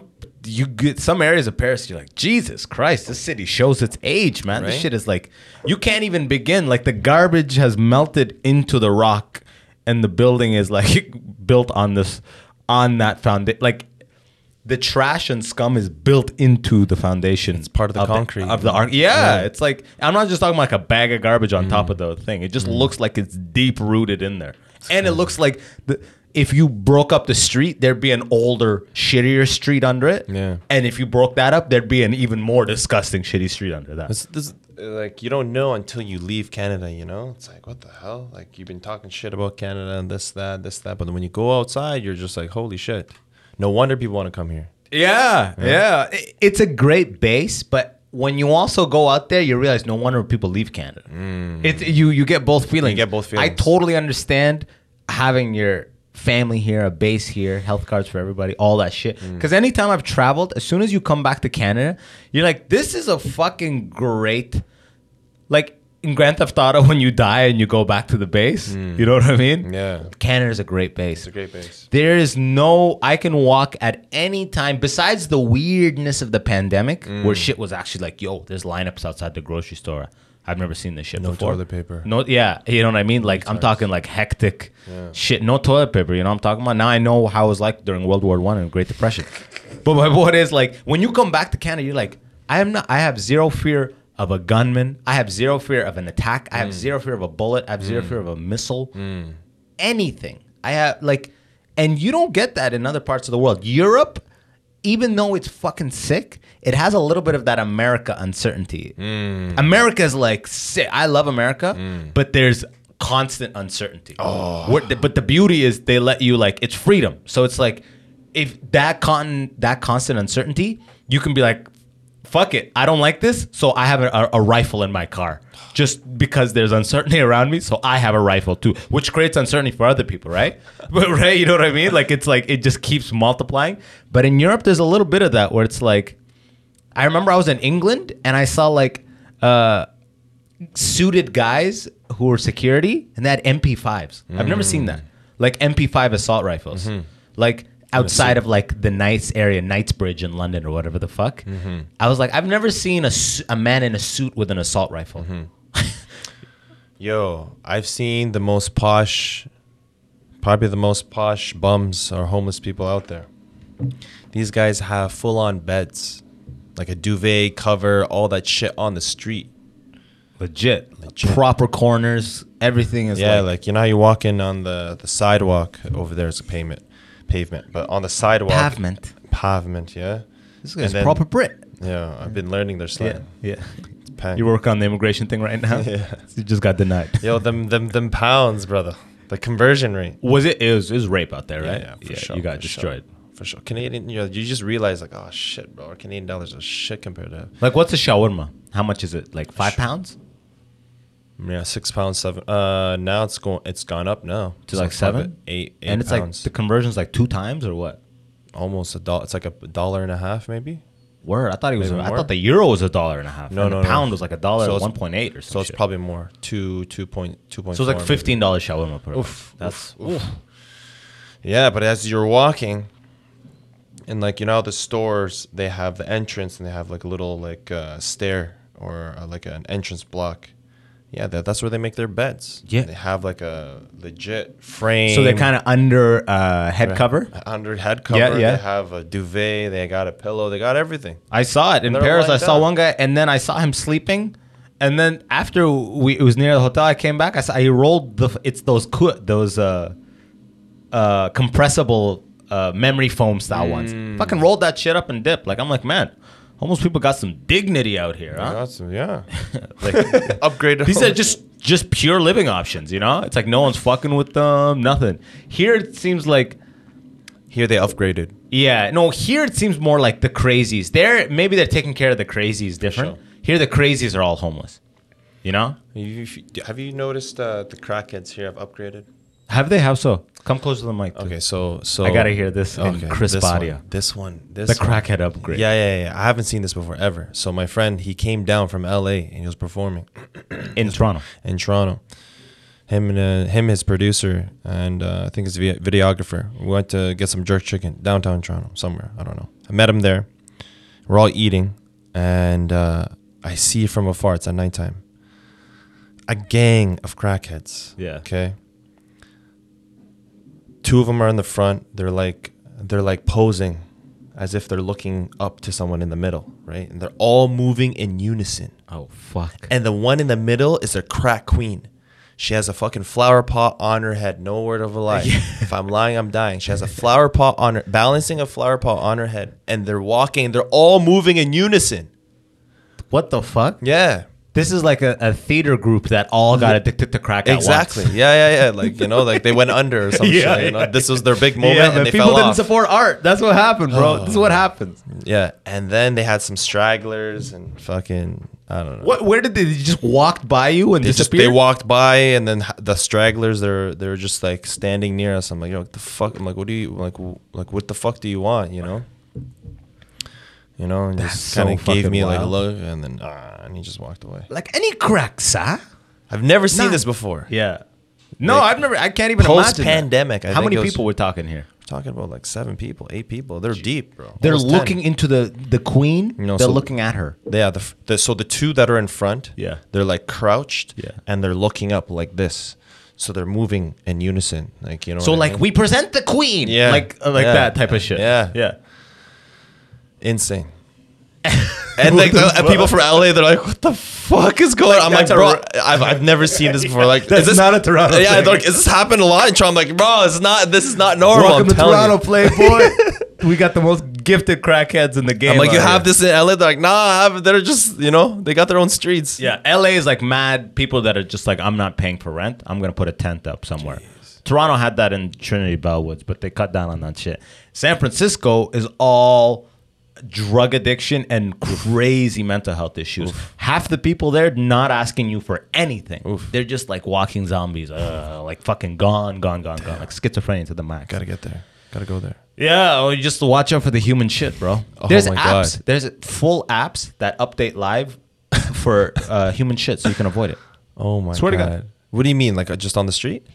you get some areas of Paris, you're like Jesus Christ, this city shows its age, man. This Right? shit is like you can't even begin. Like the garbage has melted into the rock, and the building is like built on this on that foundation. Like the trash and scum is built into the foundation. It's part of the concrete. of the arc. Yeah, Yeah. it's like I'm not just talking about like a bag of garbage on top of the thing. It just looks like it's deep rooted in there, and it looks like the, if you broke up the street, there'd be an older, shittier street under it. Yeah. and if you broke that up, there'd be an even more disgusting, shitty street under that. This, this, like you don't know until you leave Canada, you know? It's like what the hell? Like you've been talking shit about Canada and this, that, this, that, but when you go outside, you're just like, holy shit! No wonder people want to come here. Yeah, yeah. I- It's a great base, but when you also go out there, you realize no wonder people leave Canada. It's you you get both feelings. Mm. get both I feelings. totally understand having your family here, a base here, health cards for everybody, all that shit. Mm. Because anytime I've traveled, as soon as you come back to Canada, you're like, this is a fucking great like in Grand Theft Auto when you die and you go back to the base. You know what I mean? Mm. Yeah. Canada's a great base. It's a great base. There is no I can walk at any time besides the weirdness of the pandemic where shit was actually like, yo, there's lineups outside the grocery store. I've never seen this shit No before. toilet paper. No yeah, you know what I mean? Like I'm talking like hectic shit. No toilet paper, you know what I'm talking about? Now I know how it was like during World War One and Great Depression. but my point is like when you come back to Canada, you're like, I am not I have zero fear of a gunman. I have zero fear of an attack. I have Mm. zero fear of a bullet. I have zero fear of a missile. Anything. I have like, and you don't get that in other parts of the world. Europe, even though it's fucking sick, it has a little bit of that America uncertainty. Mm. America's like sick. I love America, but there's constant uncertainty. Oh. but the beauty is they let you like it's freedom. So it's like if that con that constant uncertainty, you can be like, fuck it, I don't like this, so I have a, a, a rifle in my car just because there's uncertainty around me. So I have a rifle too, which creates uncertainty for other people, right? but right, you know what I mean? Like it's like it just keeps multiplying. But in Europe, there's a little bit of that where it's like. I remember I was in England and I saw like uh, suited guys who were security and they had MP5s. I've never seen that. Like MP5 assault rifles. Like outside of like the nice area, Knightsbridge in London or whatever the fuck. I was like, I've never seen a, su- a man in a suit with an assault rifle. Yo, I've seen the most posh, probably the most posh bums or homeless people out there. These guys have full on beds, like a duvet cover, all that shit on the street. Legit. Proper corners. Everything is Yeah, like, like, you know how you walk in on the, the sidewalk over there is a pavement, pavement, but on the sidewalk, pavement. pavement, yeah, This guy's then- proper Brit. yeah. I've been learning their slang. Yeah. Pan- You work on the immigration thing right now? Yeah. You just got denied. Yo, them them them pounds, brother. The conversion rate. Was it? It was, it was rape out there, right? Yeah, yeah, for sure, You got for sure. destroyed. For sure, Canadian. You, know, you just realize like, oh shit, bro, our Canadian dollars are shit compared to Like, what's a shawarma? How much is it? Like five pounds? Yeah, six pounds seven. Uh, now it's going. It's gone up now To So like it's probably seven? eight, eight and it's pounds. like the conversion's like two times or what? almost a dollar. It's like a dollar and a half, maybe. Word. I thought it was. Maybe I more? thought the euro was a dollar and a half. No, and no, The no. pound was like a dollar So it's- one point eight or something. So it's probably more. Two, two point, two point. Oh, So it's like four, maybe. fifteen dollars shawarma per. Oof, Oof, That's Yeah, but as you're walking, and like you know, how the stores they have the entrance and they have like a little like uh, stair or uh, like an entrance block. Yeah, that, that's where they make their beds. Yeah. they have like a legit frame. so they're kind of under uh, head cover. under head cover. yeah. They have a duvet. They got a pillow. They got everything. I saw it in they're Paris. I lined saw up. one guy, and then I saw him sleeping. And then after we it was near the hotel, I came back. I saw he rolled the. It's those cou- those uh, uh, compressible uh, memory foam Mm. style ones. Fucking rolled that shit up and dipped. Like I'm like, man, homeless people got some dignity out here, huh? Got some- yeah. Like Upgraded. these are just just pure living options. You know, it's like no one's fucking with them. Nothing here. It seems like here they upgraded. yeah, no, here it seems more like the crazies. There, maybe they're taking care of the crazies different. Sure. Here, the crazies are all homeless. You know? You- you- Have you noticed uh, the crackheads here have upgraded? Have they? How so? Come close to the mic. Okay, so so I gotta hear this in crisp this one, audio. this one, this The one. crackhead upgrade. Yeah, yeah, yeah. I haven't seen this before ever. So my friend, he came down from L.A. and he was performing in Toronto. in Toronto. Him and uh, him, his producer, and uh, I think his vi- videographer. We went to get some jerk chicken downtown Toronto, somewhere. I don't know. I met him there. We're all eating, and uh, I see from afar. It's at nighttime. A gang of crackheads. Yeah. Okay. Two of them are in the front. They're like they're like posing, as if they're looking up to someone in the middle, right? And they're all moving in unison. Oh fuck! And the one in the middle is a crack queen. She has a fucking flower pot on her head. No word of a lie. If I'm lying, I'm dying. She has a flower pot on her, balancing a flower pot on her head. And they're walking. They're all moving in unison. What the fuck? Yeah. This is like a, a theater group that all got addicted to crack. at once. Exactly. Yeah, yeah, yeah. Like, you know, like they went under or some Yeah, shit. You know? yeah. This was their big moment Yeah, and man, they people fell didn't off. support art. That's what happened, bro. This is what happens. yeah. And then they had some stragglers and fucking, I don't know. What? Where did they, they just walked by you and They just disappeared? they walked by and then h- the stragglers they're they're just like standing near us. I'm like, yo, what the fuck? I'm like, what do you like? w- Like, what the fuck do you want? You know? You know? And just so kind of gave fucking me like a wild. look, and then ah, and he just walked away. like any cracks, huh? I've never seen Nah. this before. Yeah. No, Like, I've never. I can't even imagine. Post that. pandemic, How many people we're talking here? talking about? Like seven people, eight people. They're deep, bro. They're Almost 10. looking into the the queen. know, they're so- looking at her. Yeah, the, f- the so the two that are in front, Yeah. they're like crouched, Yeah. and they're looking up like this, so they're moving in unison, like you know. So what I like mean? we present the queen. Yeah. Like like Yeah. that type of shit. Yeah. Yeah. Insane. And like What the the, fuck? people from LA, they're like, "What the fuck is going?" on? I'm like, that's a "Bro, r- I've, I've never seen this before." Like, That's is this not a Toronto Yeah, thing. they're like, is this happened a lot in Toronto? I'm like, bro, this is not. This is not normal. Welcome I'm to telling you." Toronto, Playboy. we got the most gifted crackheads in the game. I'm like, out you have here." this in LA? They're like, nah, I have, they're just, you know, they got their own streets. Yeah, LA is like mad people that are just like, I'm not paying for rent. I'm gonna put a tent up somewhere. Toronto had that in Trinity Bellwoods, but they cut down on that shit. San Francisco is all drug addiction and crazy mental health issues. Half the people there not asking you for anything. They're just like walking zombies, uh, like fucking gone, gone, gone, gone, like schizophrenia to the max. Gotta get there. Gotta go there. Yeah, or you just watch out for the human shit, bro. Oh there's my God. apps. There's full apps that update live for uh, human shit, so you can avoid it. Oh my Swear to god. God. What do you mean? Like uh, just on the street?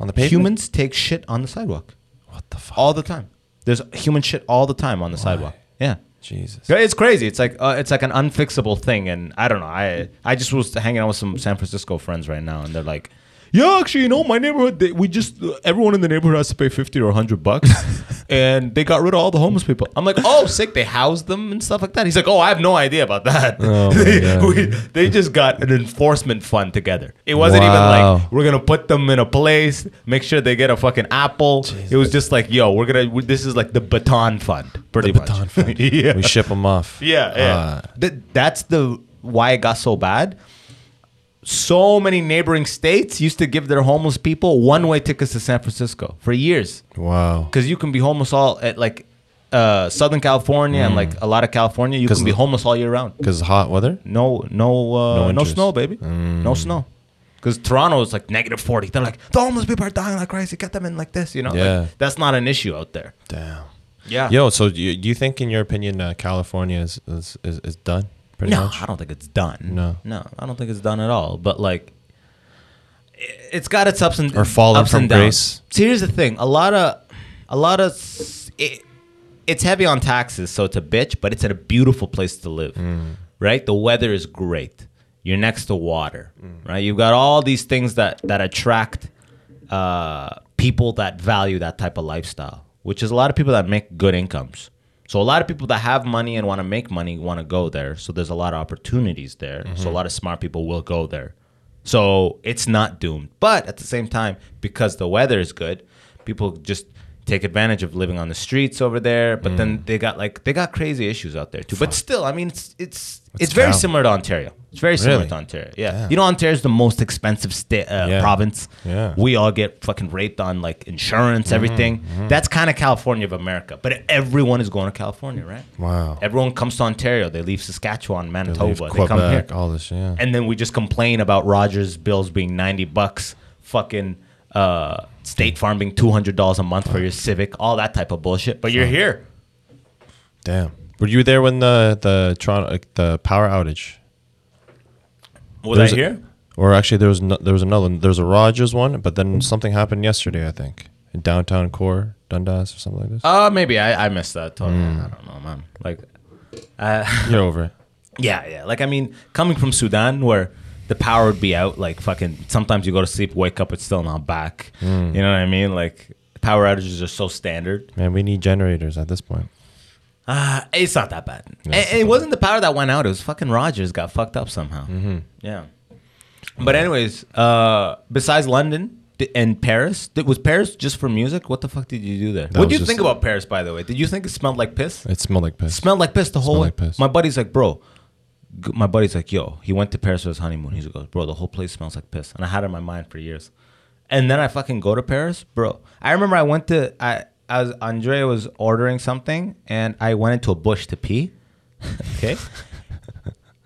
On the pavement? Humans take shit on the sidewalk. What the fuck? All the time. There's human shit all the time on the sidewalk. Yeah. Jesus. Yeah, It's crazy. It's like uh, it's like an unfixable thing, and I don't know. I I just was hanging out with some San Francisco friends right now, and they're like, "Yeah, actually, you know, my neighborhood. They, we just everyone in the neighborhood has to pay fifty or hundred bucks, and they got rid of all the homeless people." I'm like, "Oh, sick. They housed them and stuff like that." He's like, "Oh, I have no idea about that. Oh, my they, God. we- they just got an enforcement fund together. It wasn't even Wow. like we're gonna put them in a place, make sure they get a fucking apple. It was just like, yo, we're gonna. we- This is like the baton fund, pretty much. baton fund. yeah. We ship them off. Yeah, yeah. Uh, Th- that's the why it got so bad. So many neighboring states used to give their homeless people one-way tickets to San Francisco for years wow. because you can be homeless all at like uh, Southern California and like a lot of California. You Mm. 'Cause can be the- homeless all year round. Because hot weather? No, no, uh, No no, interest. Mm. snow, baby. No snow. Because Toronto is like negative forty. They're like the homeless people are dying like crazy. Get them in like this, you know. Like, Yeah. that's not an issue out there. Damn. Yeah. Yo, so do you, do you think, in your opinion, uh, California is, is, is, is done? Pretty no, much? I don't think it's done. No. no, I don't think it's done at all. But like, i- it's got its ups and Or fallen ups from and downs. grace. See, here's the thing: a lot of, a lot of, s- it, it's heavy on taxes, so it's a bitch. But it's a beautiful place to live, Mm. right? The weather is great. You're next to water, Mm. right? You've got all these things that that attract uh, people that value that type of lifestyle, which is a lot of people that make good incomes. So a lot of people that have money and want to make money want to go there. So there's a lot of opportunities there. Mm-hmm. So a lot of smart people will go there. So it's not doomed. But at the same time, because the weather is good, people just take advantage of living on the streets over there. But Mm. then they got like they got crazy issues out there too. But still, I mean, it's it's it's, very Cal. similar to Ontario. It's very similar Really? to Ontario. Yeah, Damn. you know, Ontario is the most expensive state uh, Yeah. province. Yeah. Mm-hmm. We all get fucking raped on like insurance, everything. That's kind of California of America. But everyone is going to California, right? Wow. Everyone comes to Ontario. They leave Saskatchewan, Manitoba. They, Leave come here. Quebec, all this, yeah. And then we just complain about Rogers bills being 90 bucks, fucking uh, State Farm being $200 a month for your Civic, all that type of bullshit. But you're here. Damn. Were you there when the, the Toronto, like, the power outage? Was There's I a- here? Or actually, there was no, there was another one. There was a Rogers one, but then something happened yesterday, I think, in downtown core Dundas or something like this. Uh, maybe. I, I missed that totally. Hmm. I don't know, man. Like, You're over it. Yeah, yeah. Like I mean, coming from Sudan where the power would be out, like fucking sometimes you go to sleep, wake up, it's still not back. Hmm. You know what I mean? Like power outages are so standard. Man, we need generators at this point. Uh, it's not that bad. Yeah, and it's and it wasn't the power that went out, it was fucking Rogers got fucked up somehow. Mm-hmm. Yeah. But anyways, uh besides London di- and Paris, did, was Paris just for music? What the fuck did you do there? what was do you just- think about Paris by the way? Did you think it smelled like piss? It smelled like piss. smelled like piss the whole way. Smelled like piss. My buddy's like, bro. g- My buddy's like, yo, he went to Paris for his honeymoon. He goes, bro, the whole place smells like piss, and I had it in my mind for years. And then I fucking go to Paris, bro. I remember I went to I I was Andrea was ordering something, and I went into a bush to pee. okay.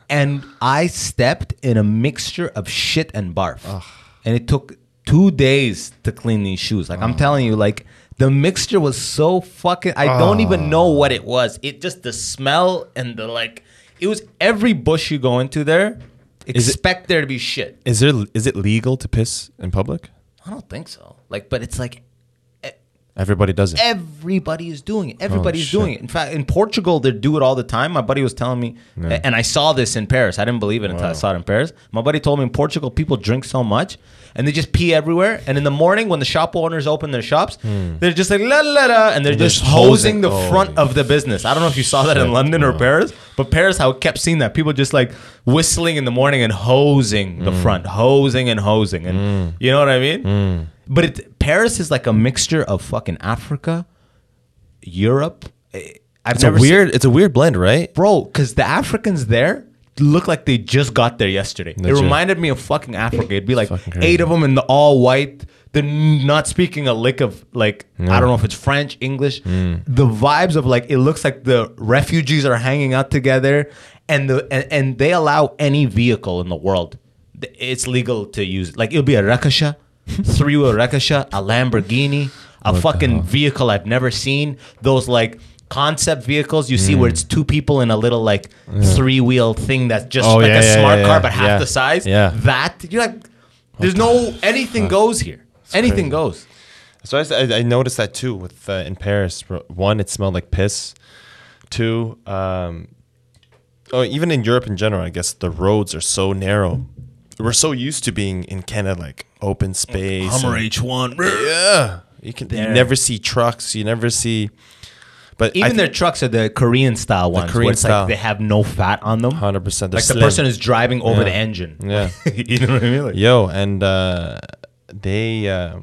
And I stepped in a mixture of shit and barf. And it took two days to clean these shoes. Like, I'm telling you, like, the mixture was so fucking. I don't even know what it was. It just, the smell and the, like, it was every bush you go into there, Is it- expect there to be shit. Is there is it legal to piss in public? I don't think so. Like, but it's like, eh, Everybody does it. Everybody is doing it. Everybody's Oh, shit. doing it. In fact, in Portugal, they do it all the time. My buddy was telling me, and I saw this in Paris. I didn't believe it until I saw it in Paris. My buddy told me in Portugal, people drink so much and they just pee everywhere. And in the morning, when the shop owners open their shops, they're just like, la la la, and they're just, Hmm. just hosing hosing. the Oh, front of the business. I don't know if you saw that in shit, London or bro. Paris, but Paris, how I kept seeing that. People just like whistling in the morning and hosing Hmm. the front, hosing and hosing. And you know what I mean? But it, Paris is like a mixture of fucking Africa, Europe. I- I've It's a never seen- weird. it's a weird blend, right? bro, because the Africans there look like they just got there yesterday. It Legit. reminded me of fucking Africa. It'd be like Fucking eight crazy. of them in the all white. They're n- not speaking a lick of like I Mm. don't know if it's French, English. The vibes of like it looks like the refugees are hanging out together, and the and, and they allow any vehicle in the world. Th- It's legal to use. Like it'll be a rakasha, three wheel rakasha, a Lamborghini, a fucking vehicle I've never seen. Those like concept vehicles you see where Mm. it's two people in a little like three wheel thing that's just Oh, like yeah, a yeah, smart yeah, car yeah, but half yeah. the size. Yeah. That you're like there's no anything goes here. anything crazy. goes. So I, s- I- I noticed that too with uh, in Paris. bro. One, it smelled like piss. Two, um, oh, even in Europe in general, I guess the roads are so narrow. We're so used to being in Canada, like open space. and- H1. Yeah, you can. There. You never see trucks. You never see. But Even their trucks are the Korean style ones where Korean it's style. like they have no fat on them. 100%, they're Like the slim. person is driving over Yeah. the engine. Yeah. you know what I mean? Like, yo and uh, they uh,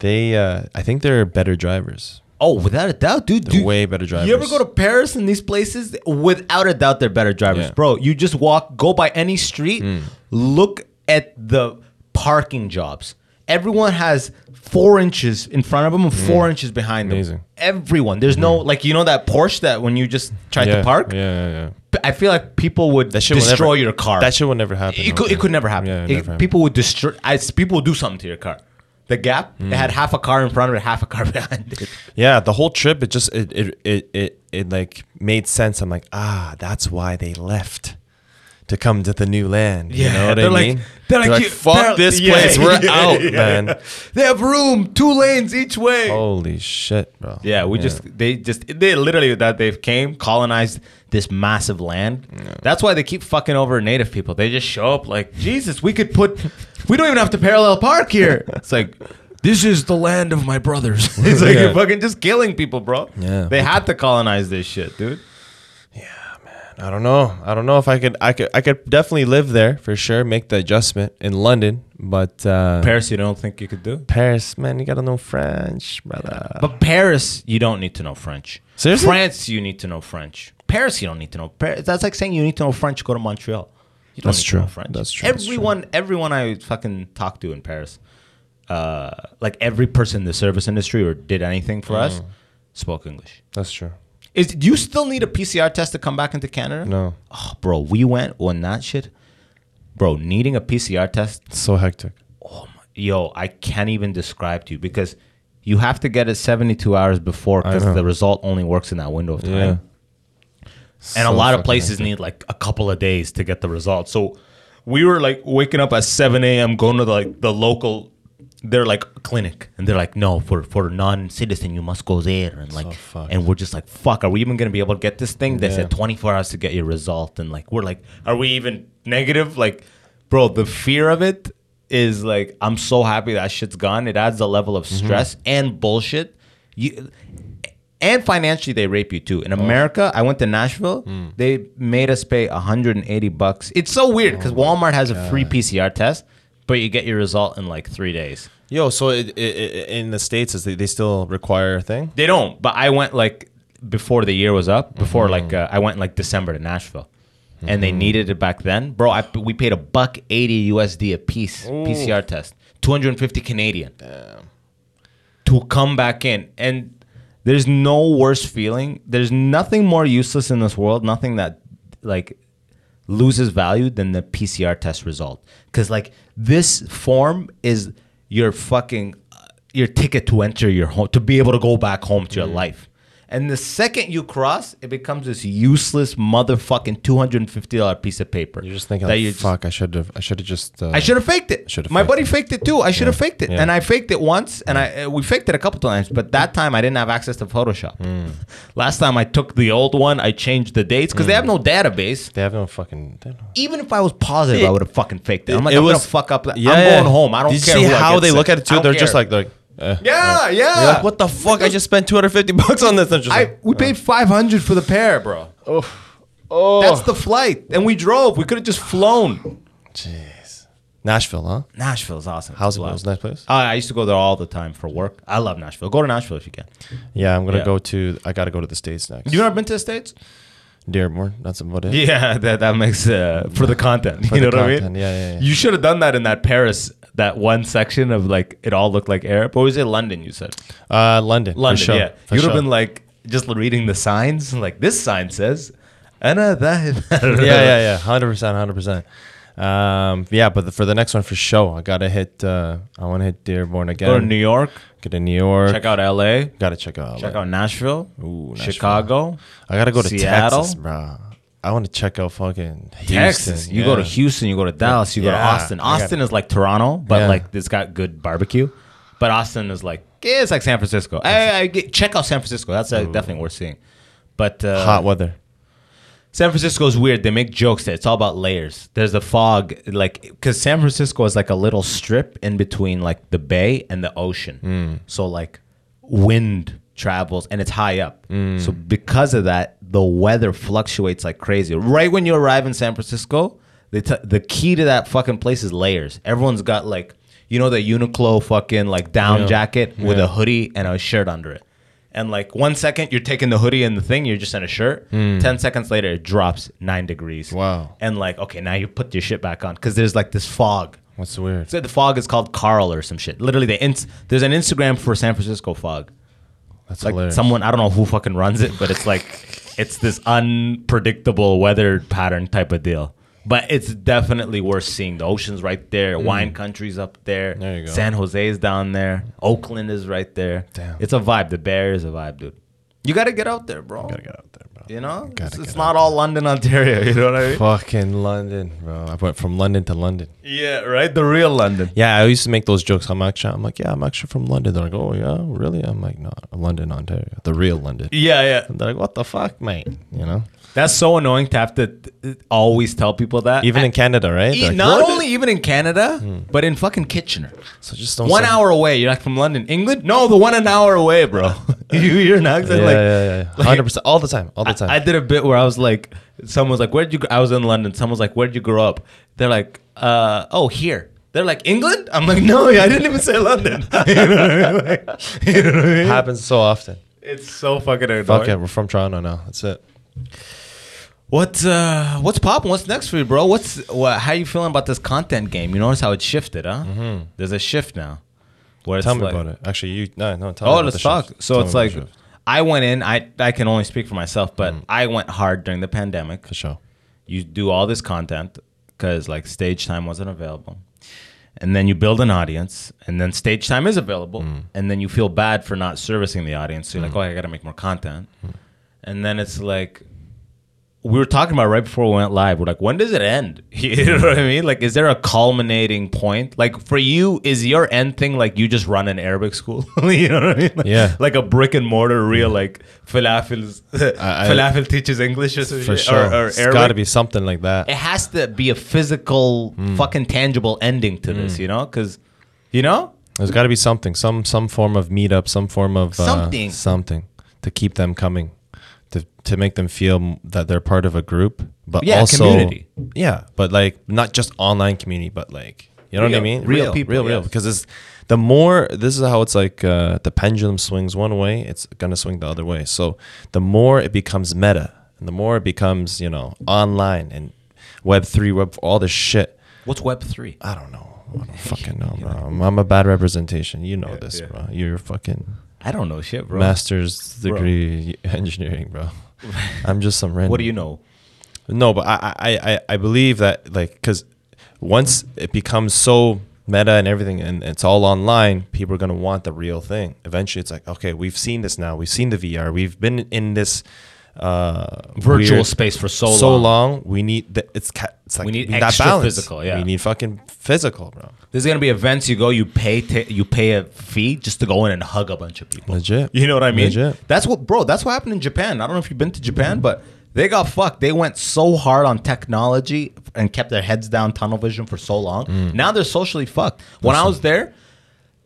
they uh, I think they're better drivers. Oh, without a doubt, dude. They're dude, way better You ever drivers. go to Paris and these places? Without a doubt, they're better drivers, Yeah. Hmm. bro. You just walk, go by any street, look at the parking jobs. Everyone has four inches in front of them and four inches behind Hmm. Amazing. Hmm. them. Everyone. There's no like you know that Porsche that when you just tried yeah. to park. Yeah, yeah, yeah. P- I feel like people would That shit will destroy never- your car. That shit will never happen. It could, it could never happen. Yeah, it It- never happened. people would destroy. I, people would do something to your car. The gap. It Hmm. had half a car in front of it, half a car behind it. Yeah, the whole trip, it just it it it it, it like made sense. I'm like, ah, that's why they left to come to the new land. Yeah, you know what they're I like- mean? they're like, you- they're- fuck this yeah, place, we're yeah, out, yeah. man. They have room, two lanes each way. Holy shit, bro. Oh, Yeah, we just they just they literally that they came colonized this massive land. That's why they keep fucking over native people. They just show up like Jesus. We could put, we don't even have to parallel park here. It's like. This is the land of my brothers. it's like you're Yeah. fucking just killing people, bro. Yeah. They had to colonize this shit, dude. I don't know. I don't know if I could. I could. I could definitely live there for sure. Make the adjustment in London, but uh, Paris, you don't think you could do? Paris, man, you gotta know French, brother. But Paris, you don't need to know French. Seriously? France, you need to know French. Paris, you don't need to know. Paris, that's like saying you need to know French. Go to Montreal. You don't That's need true. To know French. That's true. That's true. Everyone, everyone I fucking talk to in Paris, uh, like every person in the service industry or did anything for Mm. us, spoke English. That's true. Is do you still need a PCR test to come back into Canada? No, Oh, bro, we went on that shit. Bro, needing a PCR test it's so hectic. Oh my, yo, I can't even describe to you because you have to get it 72 hours before because know. the result only works in that window of time. Yeah. And a So lot of fucking places need like a couple of days to get the result. So we were like waking up at 7 a.m. going to like the local they're like clinic and they're like no for for non-citizen you must go there and like fucked. and we're just like fuck are we even gonna be able to get this thing they Yeah. said 24 hours to get your result and like we're like are we even negative like bro the fear of it is like i'm so happy that shit's gone it adds a level of Mm-hmm. stress and bullshit you and financially they rape you too. In America, I went to Nashville. They made us pay 180 bucks. It's so weird because Walmart has a free PCR test, but you get your result in like three days. Yo, so it, it, it, in the states, is they, they still require a thing? They don't. But I went like before the year was up. Before like uh, I went like December to Nashville, and they needed it back then, bro. I, we paid a buck eighty USD a piece PCR test, two hundred and fifty Canadian, to come back in. And there's no worse feeling. There's nothing more useless in this world. Nothing that like loses value than the PCR test result. Because like this form is Mm-hmm. your fucking uh, your ticket to enter your home to be able to go back home to your life. And the second you cross, it becomes this useless motherfucking two hundred and fifty dollar piece of paper. You're just thinking, that like, you're just- fuck, I should have, I should have just. Uh, I should have faked it. Should've My faked buddy it. faked it too. I should have Yeah. faked it, Yeah. and I faked it once, and I uh, we faked it a couple times. But that time I didn't have access to Photoshop. Hmm. Last time I took the old one, I changed the dates because they Hmm. have no database. They have no fucking. They don't, Even if I was positive, I would have fucking faked it. I'm like, It I'm was- gonna fuck up. Yeah. I'm going home. I don't Did care. You see who I how get they sick. look at it I too? don't They're just care. like, they're like, eh. yeah, yeah. You're like, what the fuck? I just spent 250 bucks on this. I'm just I like, we paid five hundred for the pair, bro. Oh, Oh. that's the flight, and we drove. We could have just flown. jeez. Nashville, huh? Nashville's awesome. How's it? Love Was a nice place? Oh, I I used to go there all the time for work. I love Nashville. Go to Nashville if you can. Yeah, I'm gonna Yeah. go to. I gotta go to the states next. You ever been to the states? Dearborn. That's about it. Yeah, that that makes uh, for the content. you the know what I mean? content, yeah, yeah, yeah. You should have done that in that Paris, that one section of like it all looked like Arab. Or was it London? You said Uh, London. for London. sure, yeah, for you'd have sure. been like just reading the signs. and, Like this sign says, "Anna that." yeah, yeah, yeah, hundred percent, hundred percent. Um, yeah, but the, for the next one for show, I gotta hit. Uh, I want to hit Dearborn again. Go to New York. Get to New York. Check out L.A. Gotta check out. Check LA. out Nashville, Ooh, Nashville. Chicago. I gotta go to Seattle. Texas, bro. I want to check out fucking Houston. Texas. You go to yeah. Houston, you go to Dallas, you go to Yeah. Austin. I got- Austin is like Toronto, but Yeah. like it's got good barbecue. But Austin is like yeah, it's like San Francisco. I, I get, check out San Francisco. That's uh, definitely worth seeing. But uh, Hot weather. San Francisco is weird. They make jokes that it's all about layers. There's the fog, like because San Francisco is like a little strip in between like the bay and the ocean. So like wind travels and it's high up. So because of that, the weather fluctuates like crazy. Right when you arrive in San Francisco, they t- the key to that fucking place is layers. Everyone's got like you know the Uniqlo fucking like down Yeah. jacket with Yeah. a hoodie and a shirt under it. And like one second, you're taking the hoodie and the thing, you're just in a shirt. Ten seconds later, it drops nine degrees. Hmm. Wow. And like, okay, now you put your shit back on because there's like this fog. What's weird? So the fog is called Carl or some shit. Literally, the ins- there's an Instagram for San Francisco fog. That's Like hilarious. someone, I don't know who fucking runs it, but it's like, it's this unpredictable weather pattern type of deal. But it's definitely worth seeing. The ocean's right there. Wine country's up Mm. there. There you go. San Jose's down there. Oakland is right there. Damn. It's a vibe. The Bear is a vibe, dude. You gotta get out there, bro. gotta get out there, bro. You know, Gotta it's, get it's out not all London, Ontario. You know what I mean? Fucking London, bro. I went from London to London. Yeah, right. The real London. Yeah, I used to make those jokes. I'm actually, I'm like, yeah, I'm actually from London. They're like, oh yeah, really? I'm like, no, London, Ontario, the real London. Yeah, yeah. And they're like, what the fuck, mate? You know, That's so annoying to have to uh, always tell people that. even I- in Canada, right? e- They're like, not "London?" only even in Canada, but in fucking Kitchener. so just don't one say- hour away. You're like from London, England? No, the one an hour away, bro. you hear an Yeah, accent yeah, like yeah, yeah, hundred percent, all the time, all the time. I, I did a bit where I was like, someone was like, "Where'd you?" gr- I was in London. Someone was like, "Where'd you grow up?" They're like, uh, "Oh, here." They're like, "England?" I'm like, "No, I didn't even say London." you know what I mean? Like, you know what I mean? happens so often. It's so fucking annoying. Fuck it, we're from Toronto now. That's it. What uh, what's popping? What's next for you, bro? What's what, how you feeling about this content game? You notice how it shifted, huh? There's a shift now. Where it's Mm-hmm. Tell me like- about it. Actually, you no, no. Tell me Oh, about let's the talk. shift. So Tell me it's about like the shift. I went in. I I can only speak for myself, but I went hard during the pandemic. for sure. you do all this content because like stage time wasn't available and then you build an audience and then stage time is available Mm. and then you feel bad for not servicing the audience so you're like oh i gotta make more content Mm. and then it's like we were talking about right before we went live we're like when does it end you know what i mean like is there a culminating point like for you is your end thing like you just run an arabic school you know what i mean like, Yeah. like a brick and mortar real like falafels I- falafel teaches english or, something For sure, or, or it's Arabic got to be something like that. it has to be a physical fucking tangible ending to this you know because you know There's got to be something, some some form of meetup, some form of uh, Something. something to keep them coming, to to make them feel m- that they're part of a group, but Yeah, also community. Yeah, but like not just online community, but like you know what Real- I mean, real people, real, real. yes. Because it's the more this is how it's like uh, the pendulum swings one way, it's gonna swing the other way. So the more it becomes meta, and the more it becomes you know online and Web three, Web all this shit. what's web 3 I don't know. I don't fucking know, bro. I'm, I'm a bad representation. You know this, yeah. bro. You're fucking i don't know shit bro master's degree engineering, bro. I'm just some random. what do you know No, but I I I, I believe that like because once it becomes so Meta and everything, and it's all online. People are gonna want the real thing. Eventually, it's like, okay, we've seen this now. We've seen the VR. We've been in this uh, Virtual weird- space for so long. long. We need the, it's ca- it's like We need that extra balance. physical, yeah. we need fucking physical, bro. There's gonna be events you go, you pay, t- you pay a fee just to go in and hug a bunch of people. Legit. You know what I mean? Legit. That's what, bro. That's what happened in Japan. I don't know if you've been to Japan, but they got fucked. They went so hard on technology and kept their heads down, tunnel vision for so long. Mm. Now they're socially fucked. When I was there,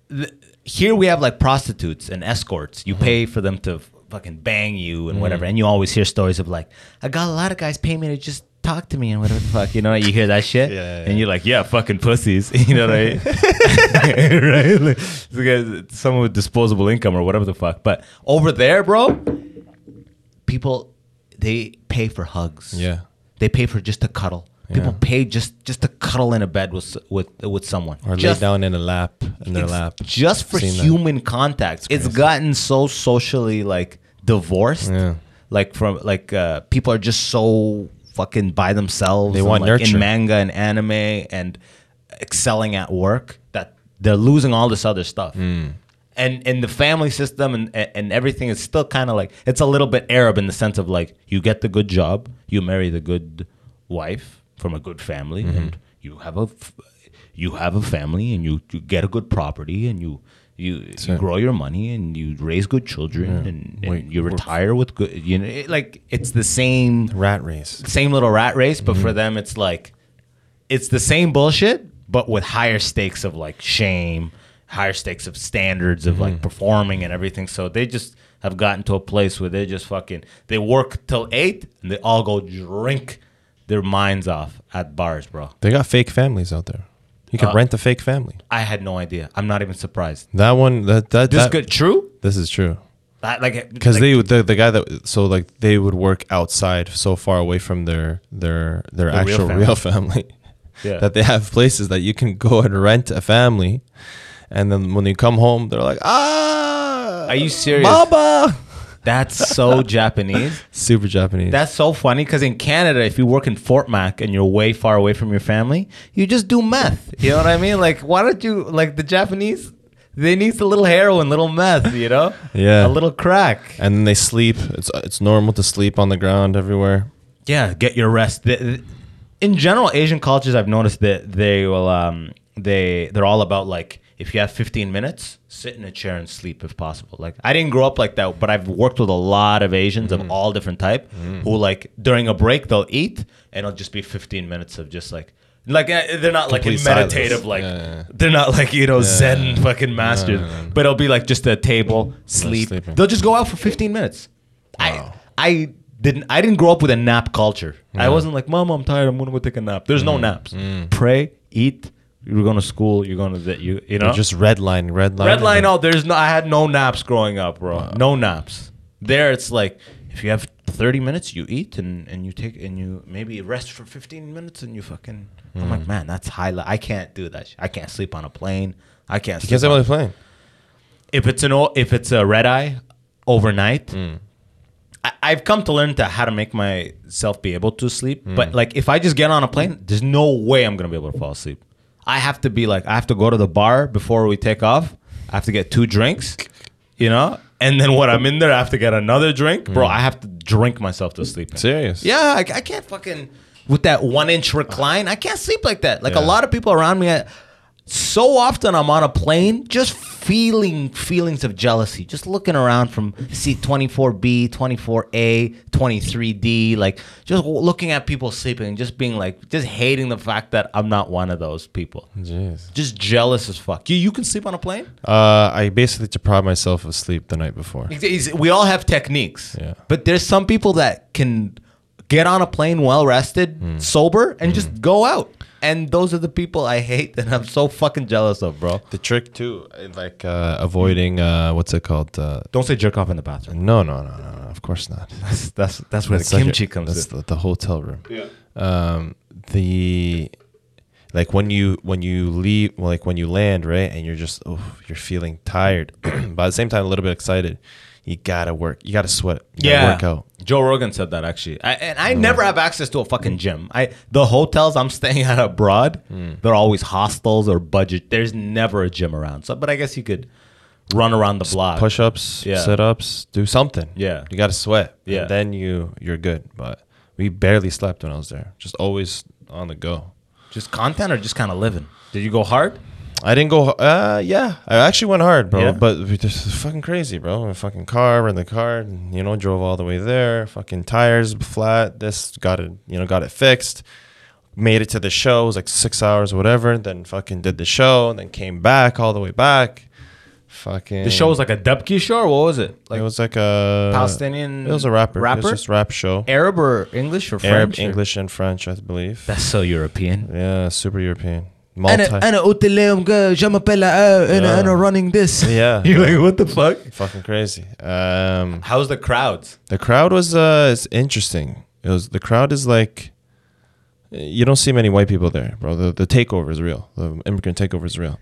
th- here we have like prostitutes and escorts. Mm-hmm. You pay for them to fucking bang you Mm. and whatever, and you always hear stories of like, I got a lot of guys pay me to just talk to me and whatever the fuck. You know, you hear that shit, Yeah, yeah, yeah. and you're like, yeah, fucking pussies. You know what I mean? right? Like, it's because someone with disposable income or whatever the fuck. But over there, bro, people they pay for hugs. Yeah. they pay for just to cuddle. People Yeah. pay just just to cuddle in a bed with s- with with someone Or just, lay down in a lap in their it's lap. just for Seen that. human contact. It's gotten so socially like divorced. Yeah. Like from like uh, people are just so fucking by themselves. They and, want like, nurture. in manga and anime and excelling at work that they're losing all this other stuff. And and the family system and and everything is still kind of like it's a little bit Arab in the sense of like you get the good job, you marry the good wife from a good family, and you have a f- you have a family and you, you get a good property and you you, you it. grow your money and you raise good children and, and Wait, you retire with good you know it, like it's the same Rat race. same little rat race, but Mm-hmm. for them, it's like it's the same bullshit, but with higher stakes of like shame, higher stakes of standards of Mm-hmm. like performing and everything. So they just have gotten to a place where they just fucking they work till eight and they all go drink their minds off at bars, bro. They got fake families out there. You Uh, can rent a fake family. I had no idea. I'm not even surprised. That one. That that This that- good, true? This is true. That, like Because like, they the, the guy that so like they would work outside so far away from their their their real actual family. real family Yeah. that they have places that you can go and rent a family, and then when you come home they're like ah Are you serious? Baba that's so Japanese. super Japanese That's so funny because in Canada, if you work in Fort Mac and you're way far away from your family, you just do meth. You know what I mean? Like, why don't you like the Japanese? They need a little heroin, little meth, you know? Yeah. a little crack. and then they sleep it's it's normal to sleep on the ground everywhere Yeah, get your rest. The- the- in general, Asian cultures, I've noticed that they will, um, they they're all about like if you have 15 minutes, sit in a chair and sleep if possible. Like I didn't grow up like that, but I've worked with a lot of Asians Mm-hmm. of all different type who like during a break they'll eat and it'll just be 15 minutes of just like. Like uh, they're not like in Complete silence. meditative, like Yeah, yeah, yeah. they're not like you know Zen fucking masters, but it'll be like just a table, sleep. sleeping. They'll just go out for 15 minutes. I I didn't I didn't grow up with a nap culture. I wasn't like, Mom, I'm tired. I'm gonna go take a nap. There's no naps. Pray, eat. You're going to school. You're going to that. You you know. just red line red line Red line. Oh, and there's no. I had no naps growing up, bro. No naps. There, it's like if you have 30 minutes, you eat and and you take and you maybe rest for 15 minutes and you fucking. I'm like, man, that's high. Li- I can't do that. Sh- I can't sleep on a plane. I can't. you Sleep can't say on- what they're playing if it's an o- if it's a red eye overnight Mm. I, i've come to learn to how to make myself be able to sleep Mm. but like if i just get on a plane there's no way i'm gonna be able to fall asleep i have to be like i have to go to the bar before we take off i have to get two drinks you know and then when i'm in there i have to get another drink bro i have to drink myself to sleep Mm. serious yeah, I, I can't fucking with that one inch recline. I can't sleep like that. Like a Yeah. lot of people around me, I, so often I'm on a plane just feeling feelings of jealousy, just looking around from seat 24B, 24A, 23D, like just w- looking at people sleeping, and just being like, just hating the fact that I'm not one of those people. jeez Just jealous as fuck. You you can sleep on a plane. uh I basically deprived myself of sleep the night before Ex- ex- We all have techniques, Yeah. but there's some people that can get on a plane well rested, sober, and just go out. And those are the people I hate and I'm so fucking jealous of, bro. The trick too, uh, like uh, avoiding uh, what's it called? Uh, Don't say jerk off in the bathroom. no, no, no, no, no. Of course not. That's that's that's where That's the like kimchi a- comes that's in. The, the hotel room. Yeah. Um, the like when you when you leave, well, like when you land, right, and you're just oh, you're feeling tired, but at the same time a little bit excited. you gotta work. You gotta sweat. it. You gotta Yeah. work out. Joe Rogan said that actually. I, and I never have access to a fucking gym. I the hotels I'm staying at abroad, they're always hostels or budget. There's never a gym around. So but I guess you could run around the block. Push ups, Uh, Yeah. sit ups, do something. Yeah. You gotta sweat. Yeah. And then you you're good. But we barely slept when I was there. Just always on the go. Just content or just kind of living. Did you go hard? I didn't go. Uh, yeah, I actually went hard, bro. Yeah? But we just fucking crazy, bro. A fucking car, we're in the car, and, you know, drove all the way there. Fucking tires flat. This got it, you know, got it fixed. Made it to the show. It was like six hours, or whatever. Then fucking did the show, and then came back all the way back. Fucking The show was like a Dubki show or what was it? Like it was like a Palestinian It was a rapper. It rapper? was just rap show. Arab or English or Arab, French? or- English, and French, I believe. That's so European. yeah, super European. Multi. um, and, Yeah. and a uh, running this. Yeah. You're like, what the fuck? fucking crazy. Um. How's the crowds? The crowd was uh, it's interesting. It was the crowd is like you don't see many white people there, bro. The the takeover is real. The immigrant takeover is real.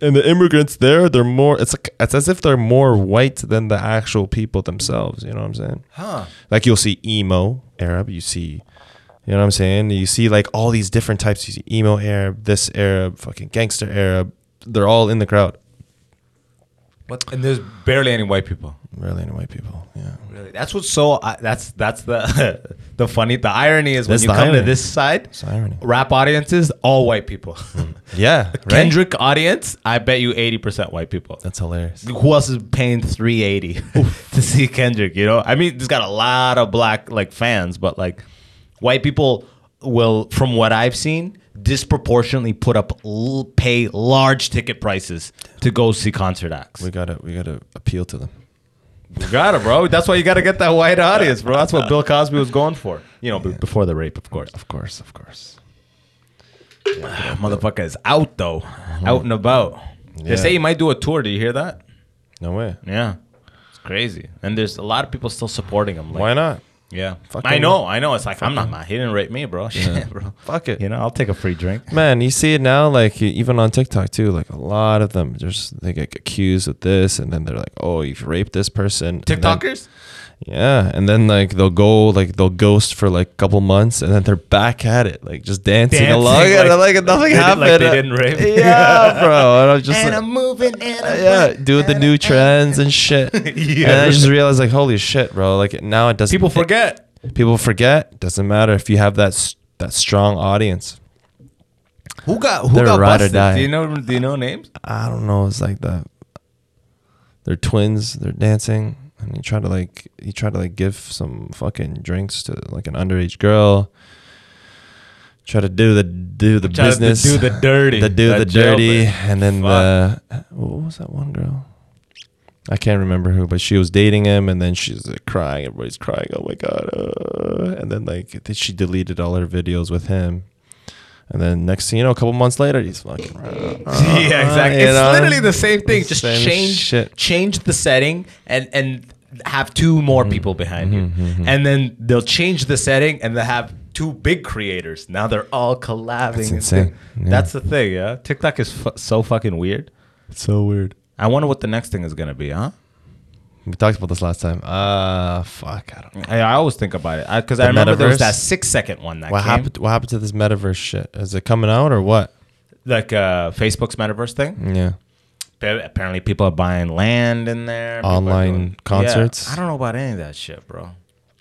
And the immigrants there, they're more. It's like it's as if they're more white than the actual people themselves. You know what I'm saying? Huh. Like you'll see emo Arab. You see, you know what I'm saying? You see like all these different types. You see emo Arab, this Arab, fucking gangster Arab. They're all in the crowd. What? And there's barely any white people. Really into white people. Yeah. Really, that's what's so. I that's that's the the funny. The irony is when That's you the come to irony. this side, It's irony. rap audiences all white people. Yeah. Right? Kendrick audience, I bet you eighty percent white people. That's hilarious. Who else is paying three eighty to see Kendrick? You know, I mean, he's got a lot of black like fans, but like white people will, from what I've seen, disproportionately put up l- pay large ticket prices to go see concert acts. We gotta we gotta appeal to them. You got it, bro. That's why you got to get that white audience, bro. That's what Bill Cosby was going for. You know, b- before the rape, of course. Of course, of course. Motherfucker is out though, out and about. They Yeah. say he might do a tour. Do you hear that? No way. Yeah, it's crazy. And there's a lot of people still supporting him. Like, Why not? Yeah, Fuck I him. know, I know. It's like I'm not mad. He didn't rape me, bro. Shit, bro. Fuck it. You know, I'll take a free drink. Man, you see it now, like e- even on TikTok too. Like a lot of them, just they get accused of this, and then they're like, "Oh, you've raped this person." and then- TikTokers? yeah, and then like they'll go, like they'll ghost for like a couple months, and then they're back at it, like just dancing, Dancing, along, and they're like- like nothing they did- happened. like they didn't rape. Yeah, bro. And I'm just like, Uh, moving. And yeah, doing the new trends and shit. Yeah. And I just realized, like, holy shit, bro. Like now it doesn't. People it- forget. people forget doesn't matter if you have that s- that strong audience Who got who They're got ride or busted? die. Do you know? Do you know names? i don't know it's like the they're twins they're dancing and he tried to like he tried to like give some fucking drinks to like an underage girl try to do the do the Try to business do the dirty. the do That the dirty jailbird. and then the what was that one girl I can't remember who, but she was dating him, and then she's like crying. Everybody's crying. Oh my god! Uh, and then like th- she deleted all her videos with him, and then next thing you know, a couple months later, he's fucking. yeah, exactly. Uh, you It's know? literally the same thing. Just Same change shit. change the setting and and have two more Mm-hmm. people behind you. And then they'll change the setting and they'll have two big creators. Now they're all collabing. That's, insane. Yeah. That's the thing, yeah. TikTok is fu- so fucking weird. so weird. I wonder what the next thing is going to be, huh? We talked about this last time. Ah, fuck! I don't know. I, I always think about it because I The remember there was metaverse? that six second one that What came, happened? What happened to this metaverse shit? Is it coming out or what? like uh, Facebook's metaverse thing. Yeah. Pa- Apparently, people are buying land in there. people are Online doing- concerts? Yeah, I don't know about any of that shit, bro.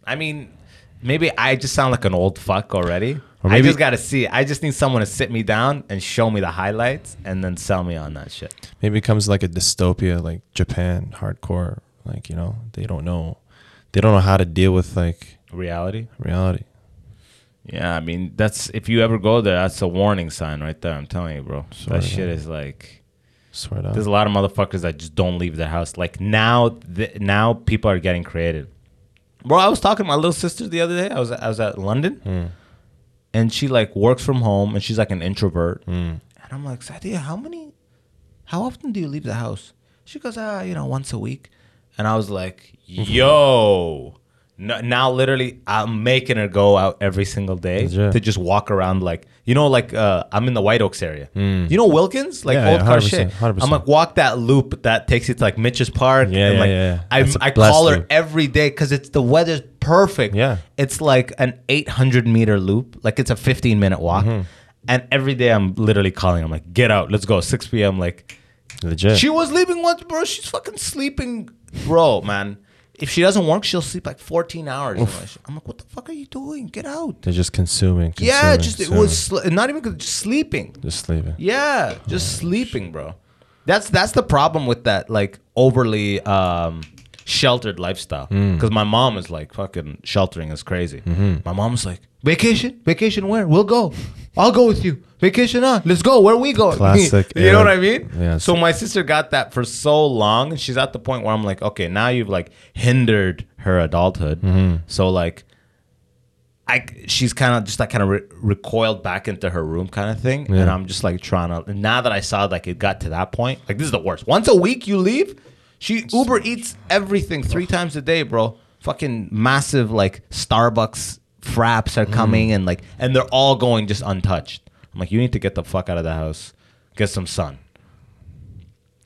I mean, maybe I just sound like an old fuck already. Or I maybe- just gotta see. it. I just need someone to sit me down and show me the highlights, and then sell me on that shit. Maybe it comes like a dystopia, like Japan hardcore. Like you know, they don't know, they don't know how to deal with like Reality. reality. Yeah, I mean, that's if you ever go there, that's a warning sign right there. I'm telling you, bro. that shit is like. Swear to There's God. a lot of motherfuckers that just don't leave their house. Like now, th- now people are getting creative. Bro, I was talking to my little sister the other day. I was I was at London, and she like works from home, and she's like an introvert. And I'm like, Sadia, how many, how often do you leave the house? She goes, ah, you know, once a week. And I was like, yo, N- now, literally, I'm making her go out every single day Legit. to just walk around, like you know, like uh, I'm in the White Oaks area. You know Wilkins, like Yeah, yeah, old car shit. 100%, I'm 100%. like walk that loop that takes you to like Mitch's Park. Yeah, and, yeah, like, yeah. That's a I, I blessed call her loop. every day because it's the weather's perfect. Yeah. it's like an 800 meter loop, like it's a 15 minute walk, Mm-hmm. and every day I'm literally calling. I'm like, get out, let's go. 6 p.m. Like. Legit. She was leaving once, bro. She's fucking sleeping, bro, man. If she doesn't work, she'll sleep like 14 hours. I'm like, what the fuck are you doing? Get out. They're just consuming. Yeah, consuming, just it consuming. was sl- not even good, just sleeping. just leaving. Yeah, just sleeping, bro. That's that's the problem with that like overly um sheltered lifestyle. Because my mom is like fucking sheltering is crazy. My mom's like vacation, vacation where? We'll go. I'll go with you. Vacation on. Let's go. Where we going? Classic you know what I Arab. mean? Yeah, it's- So my sister got that for so long, and she's at the point where I'm like, okay, now you've like hindered her adulthood. So like I she's kind of just like kind of re- recoiled back into her room kind of thing, and I'm just like trying to. Now that I saw like it got to that point, like this is the worst. Once a week you leave, she Uber eats everything three times a day, bro. Fucking massive like Starbucks fraps are coming and like and they're all going just untouched. I'm like, you need to get the fuck out of the house, get some sun.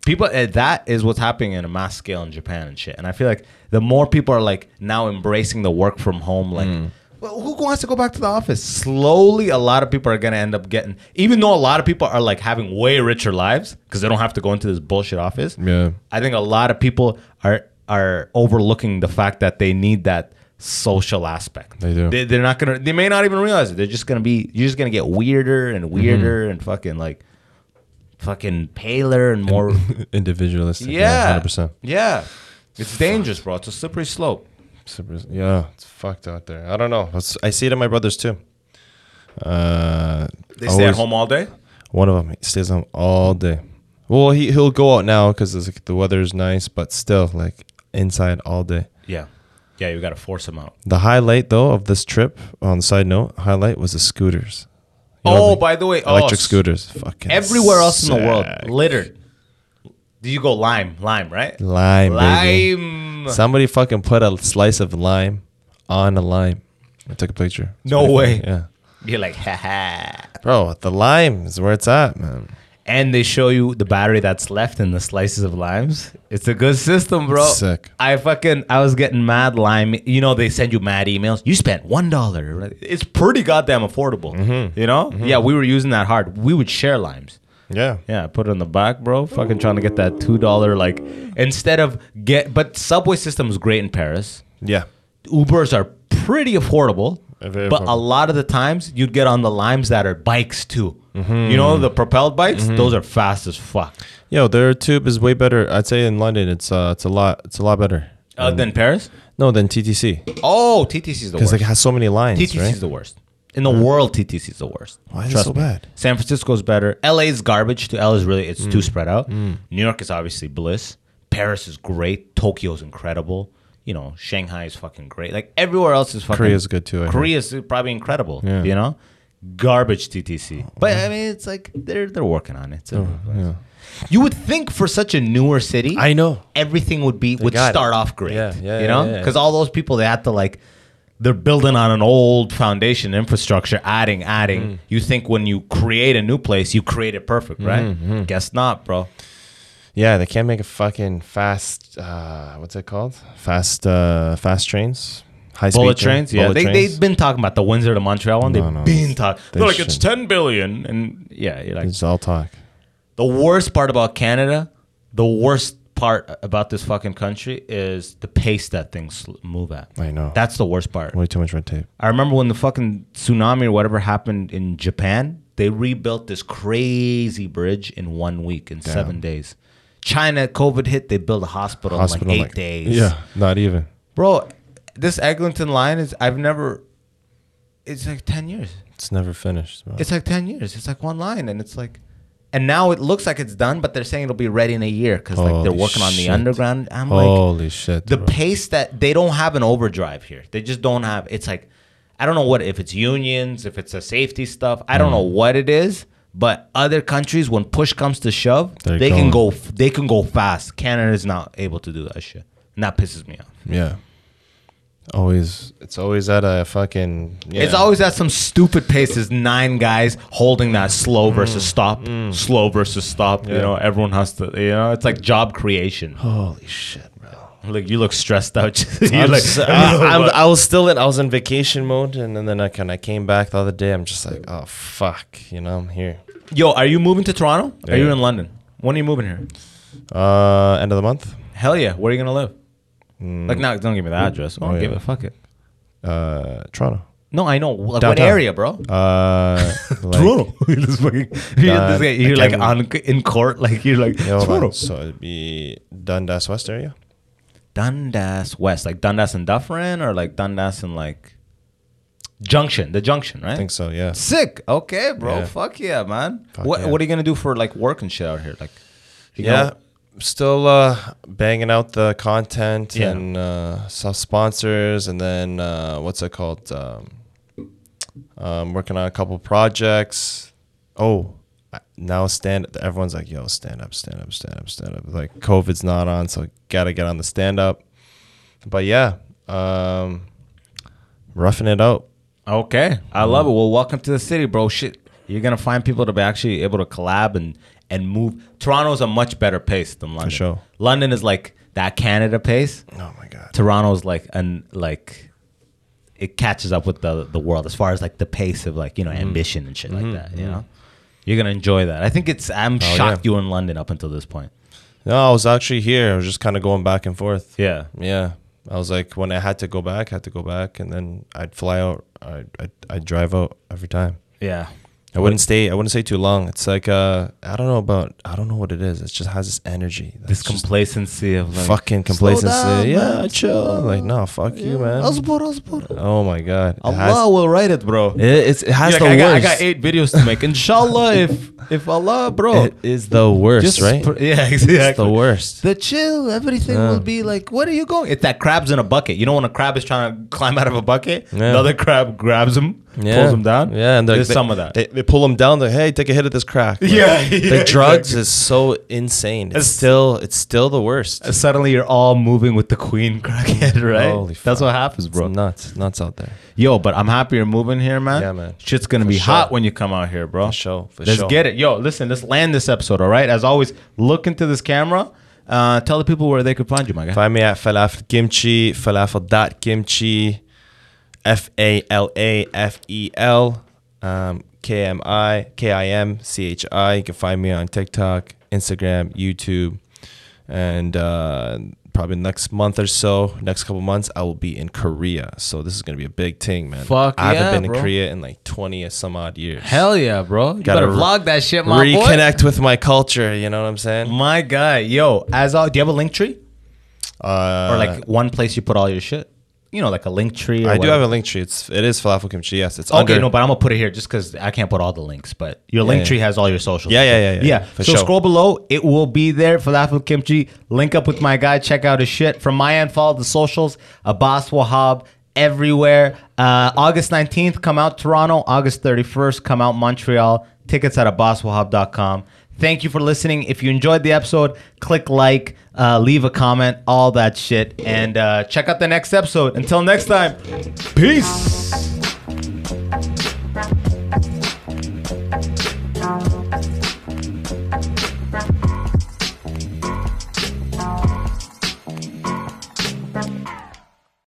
People, uh, that is what's happening in a mass scale in Japan and shit. And I feel like the more people are like now embracing the work from home, like, Mm. well, who wants to go back to the office? Slowly, a lot of people are gonna end up getting, even though a lot of people are like having way richer lives because they don't have to go into this bullshit office. Yeah. I think a lot of people are are overlooking the fact that they need that social aspect. They do. They, they're not gonna. They may not even realize it. They're just gonna be. You're just gonna get weirder Mm-hmm. and weirder and fucking like, fucking paler and more. Individualistic. yeah. Hundred percent. Yeah. It's dangerous, bro. It's a slippery slope. Super, yeah, it's fucked out there. I don't know. It's- I see it in my brothers too. Uh, They stay at home all day. One of them stays home all day. Well, he he'll go out now because like, the weather's nice, but still like inside all day. Yeah. Yeah, you gotta force them out. The highlight though of this trip, on the side note, highlight was the scooters. You know, oh, the by the way, oh, electric s- scooters. Fucking Everywhere else in the world, sick. littered. Do you go lime? Lime, right? lime, baby. Lime. Somebody fucking put a slice of lime on a lime. I took a picture. It's No pretty way. funny, Yeah, You're like, ha ha. bro, the lime is where it's at, man. and they show you the battery that's left in the slices of limes. It's a good system, bro. Sick. I fucking I was getting mad lime. You know they send you mad emails. You spent one dollar. It's pretty goddamn affordable. Mm-hmm. You know? Yeah, we were using that hard. We would share limes. Yeah, Yeah, put it on the back, bro. Fucking trying to get that two dollar like instead of get. But subway system is great in Paris. yeah. Ubers are pretty affordable, Very but a affordable. lot of the times you'd get on the limes that are bikes too. You Mm-hmm. know the propelled bikes; those are fast as fuck. Yo, their tube is way better. I'd say in London, it's uh, it's a lot, it's a lot better. Other than Paris? No, than TTC Oh, TTC is the because worst. like it has so many lines, TTC right? is the worst. In the world, TTC is the worst. Why is it Trust so me. bad? Mm. San Francisco's better. LA is garbage. To LA is really it's too spread out. New York is obviously bliss. Paris is great. Tokyo's incredible. You know, Shanghai is fucking great. Like everywhere else is fucking. Korea's good too, I hear. Korea's probably incredible. You know, garbage Oh, TTC. But I mean, it's like they're they're working on it. It's a- You would think for such a newer city, I know. everything would be would got it. start off great. Yeah, yeah, you know, yeah, yeah. because all those people they had to like, they're building on an old foundation infrastructure, adding, adding. Mm. You think when you create a new place, you create it perfect, right? Mm, Guess not, bro. Yeah, they can't make a fucking fast. Uh, what's it called? Fast, uh, fast trains, high Bullet speed trains, yeah. bullet They, trains. They've been talking about the Windsor to Montreal one. They've No, no, been talking. they They're like, it's shouldn't. 10 billion. And yeah, you're like, It's all talk. The worst part about Canada, the worst part about this fucking country is the pace that things sl- move at. I know. That's the worst part. Way too much red tape. I remember when the fucking tsunami or whatever happened in Japan, they rebuilt this crazy bridge in one week, in seven days. China, COVID hit, they built a hospital, Hospital, in like eight like- days. Yeah, not even. Bro, this Eglinton line is, I've never, it's like 10 years. It's never finished. Bro. It's like 10 years. It's like one line. And it's like, and now it looks like it's done, but they're saying it'll be ready in a year because like they're Holy working on the shit. underground. I'm like, Holy shit. the bro. pace that they don't have an overdrive here. They just don't have, it's like, I don't know what, if it's unions, if it's a safety stuff, I don't know Mm. what it is. But other countries, when push comes to shove, They're they can go. going. f- They can go fast. Canada's not able to do that shit, and that pisses me off. yeah. Always, it's always at a fucking. Yeah. It's always at some stupid pace. Is nine guys holding that slow versus stop, slow versus stop. You Mm. Yeah. know, everyone has to. You know, it's like job creation. holy shit, bro. Like you look stressed out. you "Oh, I'm look- s- I, am I was still in. I was in vacation mode, and then, then I kind of came back the other day. I'm just like, oh fuck, you know, I'm here. Yo, are you moving to Toronto? Are you Yeah. in London? When are you moving here? Uh, end of the month. Hell yeah. Where are you gonna live? Like, no, don't give me the address. I don't Mm. Oh, give yeah. a fuck it. Uh, Toronto. No, I know. Like, what Downtown. area, bro? Uh, like- This fucking- you're Uh, this guy- you're I like can- on in court, like you're like Yeah, hold Toronto. on. So it'd be Dundas West area. Dundas West, like Dundas and Dufferin, or like Dundas and like Junction, the Junction, right? I think so. Yeah. Sick. Okay, bro. Yeah. Fuck yeah, man. Fuck what yeah. What are you gonna do for like work and shit out here? Like, you Yeah. know- Still uh, banging out the content Yeah. and uh, some sponsors, and then uh, what's it called? Um, um, working on a couple projects. Oh, I- now stand. Everyone's like, "Yo, stand up, stand up, stand up, stand up." Like COVID's not on, so gotta get on the stand up. But yeah, um, roughing it out. Okay, I love it. Well, welcome to the city, bro. Shit, you're gonna find people to be actually able to collab and and move. Toronto's a much better pace than London. sure. London is like that Canada pace. Oh my god. Toronto's like an like it catches up with the the world as far as like the pace of like you know ambition and shit like that. You know, you're gonna enjoy that. I think it's. I'm shocked you were in London up until this point. No, I was actually here. I was just kind of going back and forth. Yeah. Yeah. I was like, when I had to go back, I had to go back, and then I'd fly out. I I I'd drive out every time. Yeah. I wouldn't stay. I wouldn't stay too long. It's like uh, I don't know about. I don't know what it is. It just has this energy. This That's just complacency of like fucking complacency. yeah, chill. Like no, fuck you, man. oh my god. It has, Allah will write it, bro. it, it's, it has You're like, the I, got, I worst. got eight videos to make. Inshallah, if if Allah, bro, It is the worst, right? pr- yeah, exactly. it's the worst. The chill, everything will be like, where are you going? It's that crab's in a bucket. You know when a crab is trying to climb out of a bucket, Yeah. another crab grabs him, pulls him down. Yeah, and they're- there's they- some of that. They, they pull him down. They're hey, take a hit at this crack. Like, Yeah, the yeah, drugs is so insane. It's, It's- still, it's still the worst. It's Suddenly you're all moving with the queen crackhead, right? Holy That's fuck. what happens, bro. nuts, nuts out there. Yo, but I'm happy you're moving here, man. Yeah, man. Shit's gonna For be sure. hot when you come out here, bro. For sure, for let's sure. get it. Yo, listen, let's land this episode, all right? As always, look into this camera. Uh, tell the people where they could find you, my guy. Find me at falafel kimchi, falafel.kimchi, F A L A F E L, um, K M I, K I M C H I. You can find me on TikTok, Instagram, YouTube, and uh, probably next month or so, next couple months, I will be in Korea. So this is gonna be a big thing, man. Fuck I haven't yeah, been bro. in Korea in like twenty or some odd years. Hell yeah, bro. You Gotta better re- vlog that shit, my boy. Reconnect with my culture. You know what I'm saying? My guy, yo, as all, do you have a link tree Uh, or like one place you put all your shit? You know, like a link tree. Or I do whatever. have a link tree. It's it is falafel kimchi. Yes, it's Okay, under- no, but I'm gonna put it here just because I can't put all the links. But your link yeah. tree has all your socials. Yeah, yeah, yeah, yeah, yeah. yeah, for so sure. scroll below; it will be there. Falafel Kimchi. Link up with my guy. Check out his shit. From my end, follow the socials. Abbas Wahab everywhere. Uh, August 19th, come out Toronto. August 31st, come out Montreal. Tickets at abbaswahab.com. Thank you for listening. If you enjoyed the episode, click like, uh, leave a comment, all that shit, and uh, check out the next episode. Until next time, peace.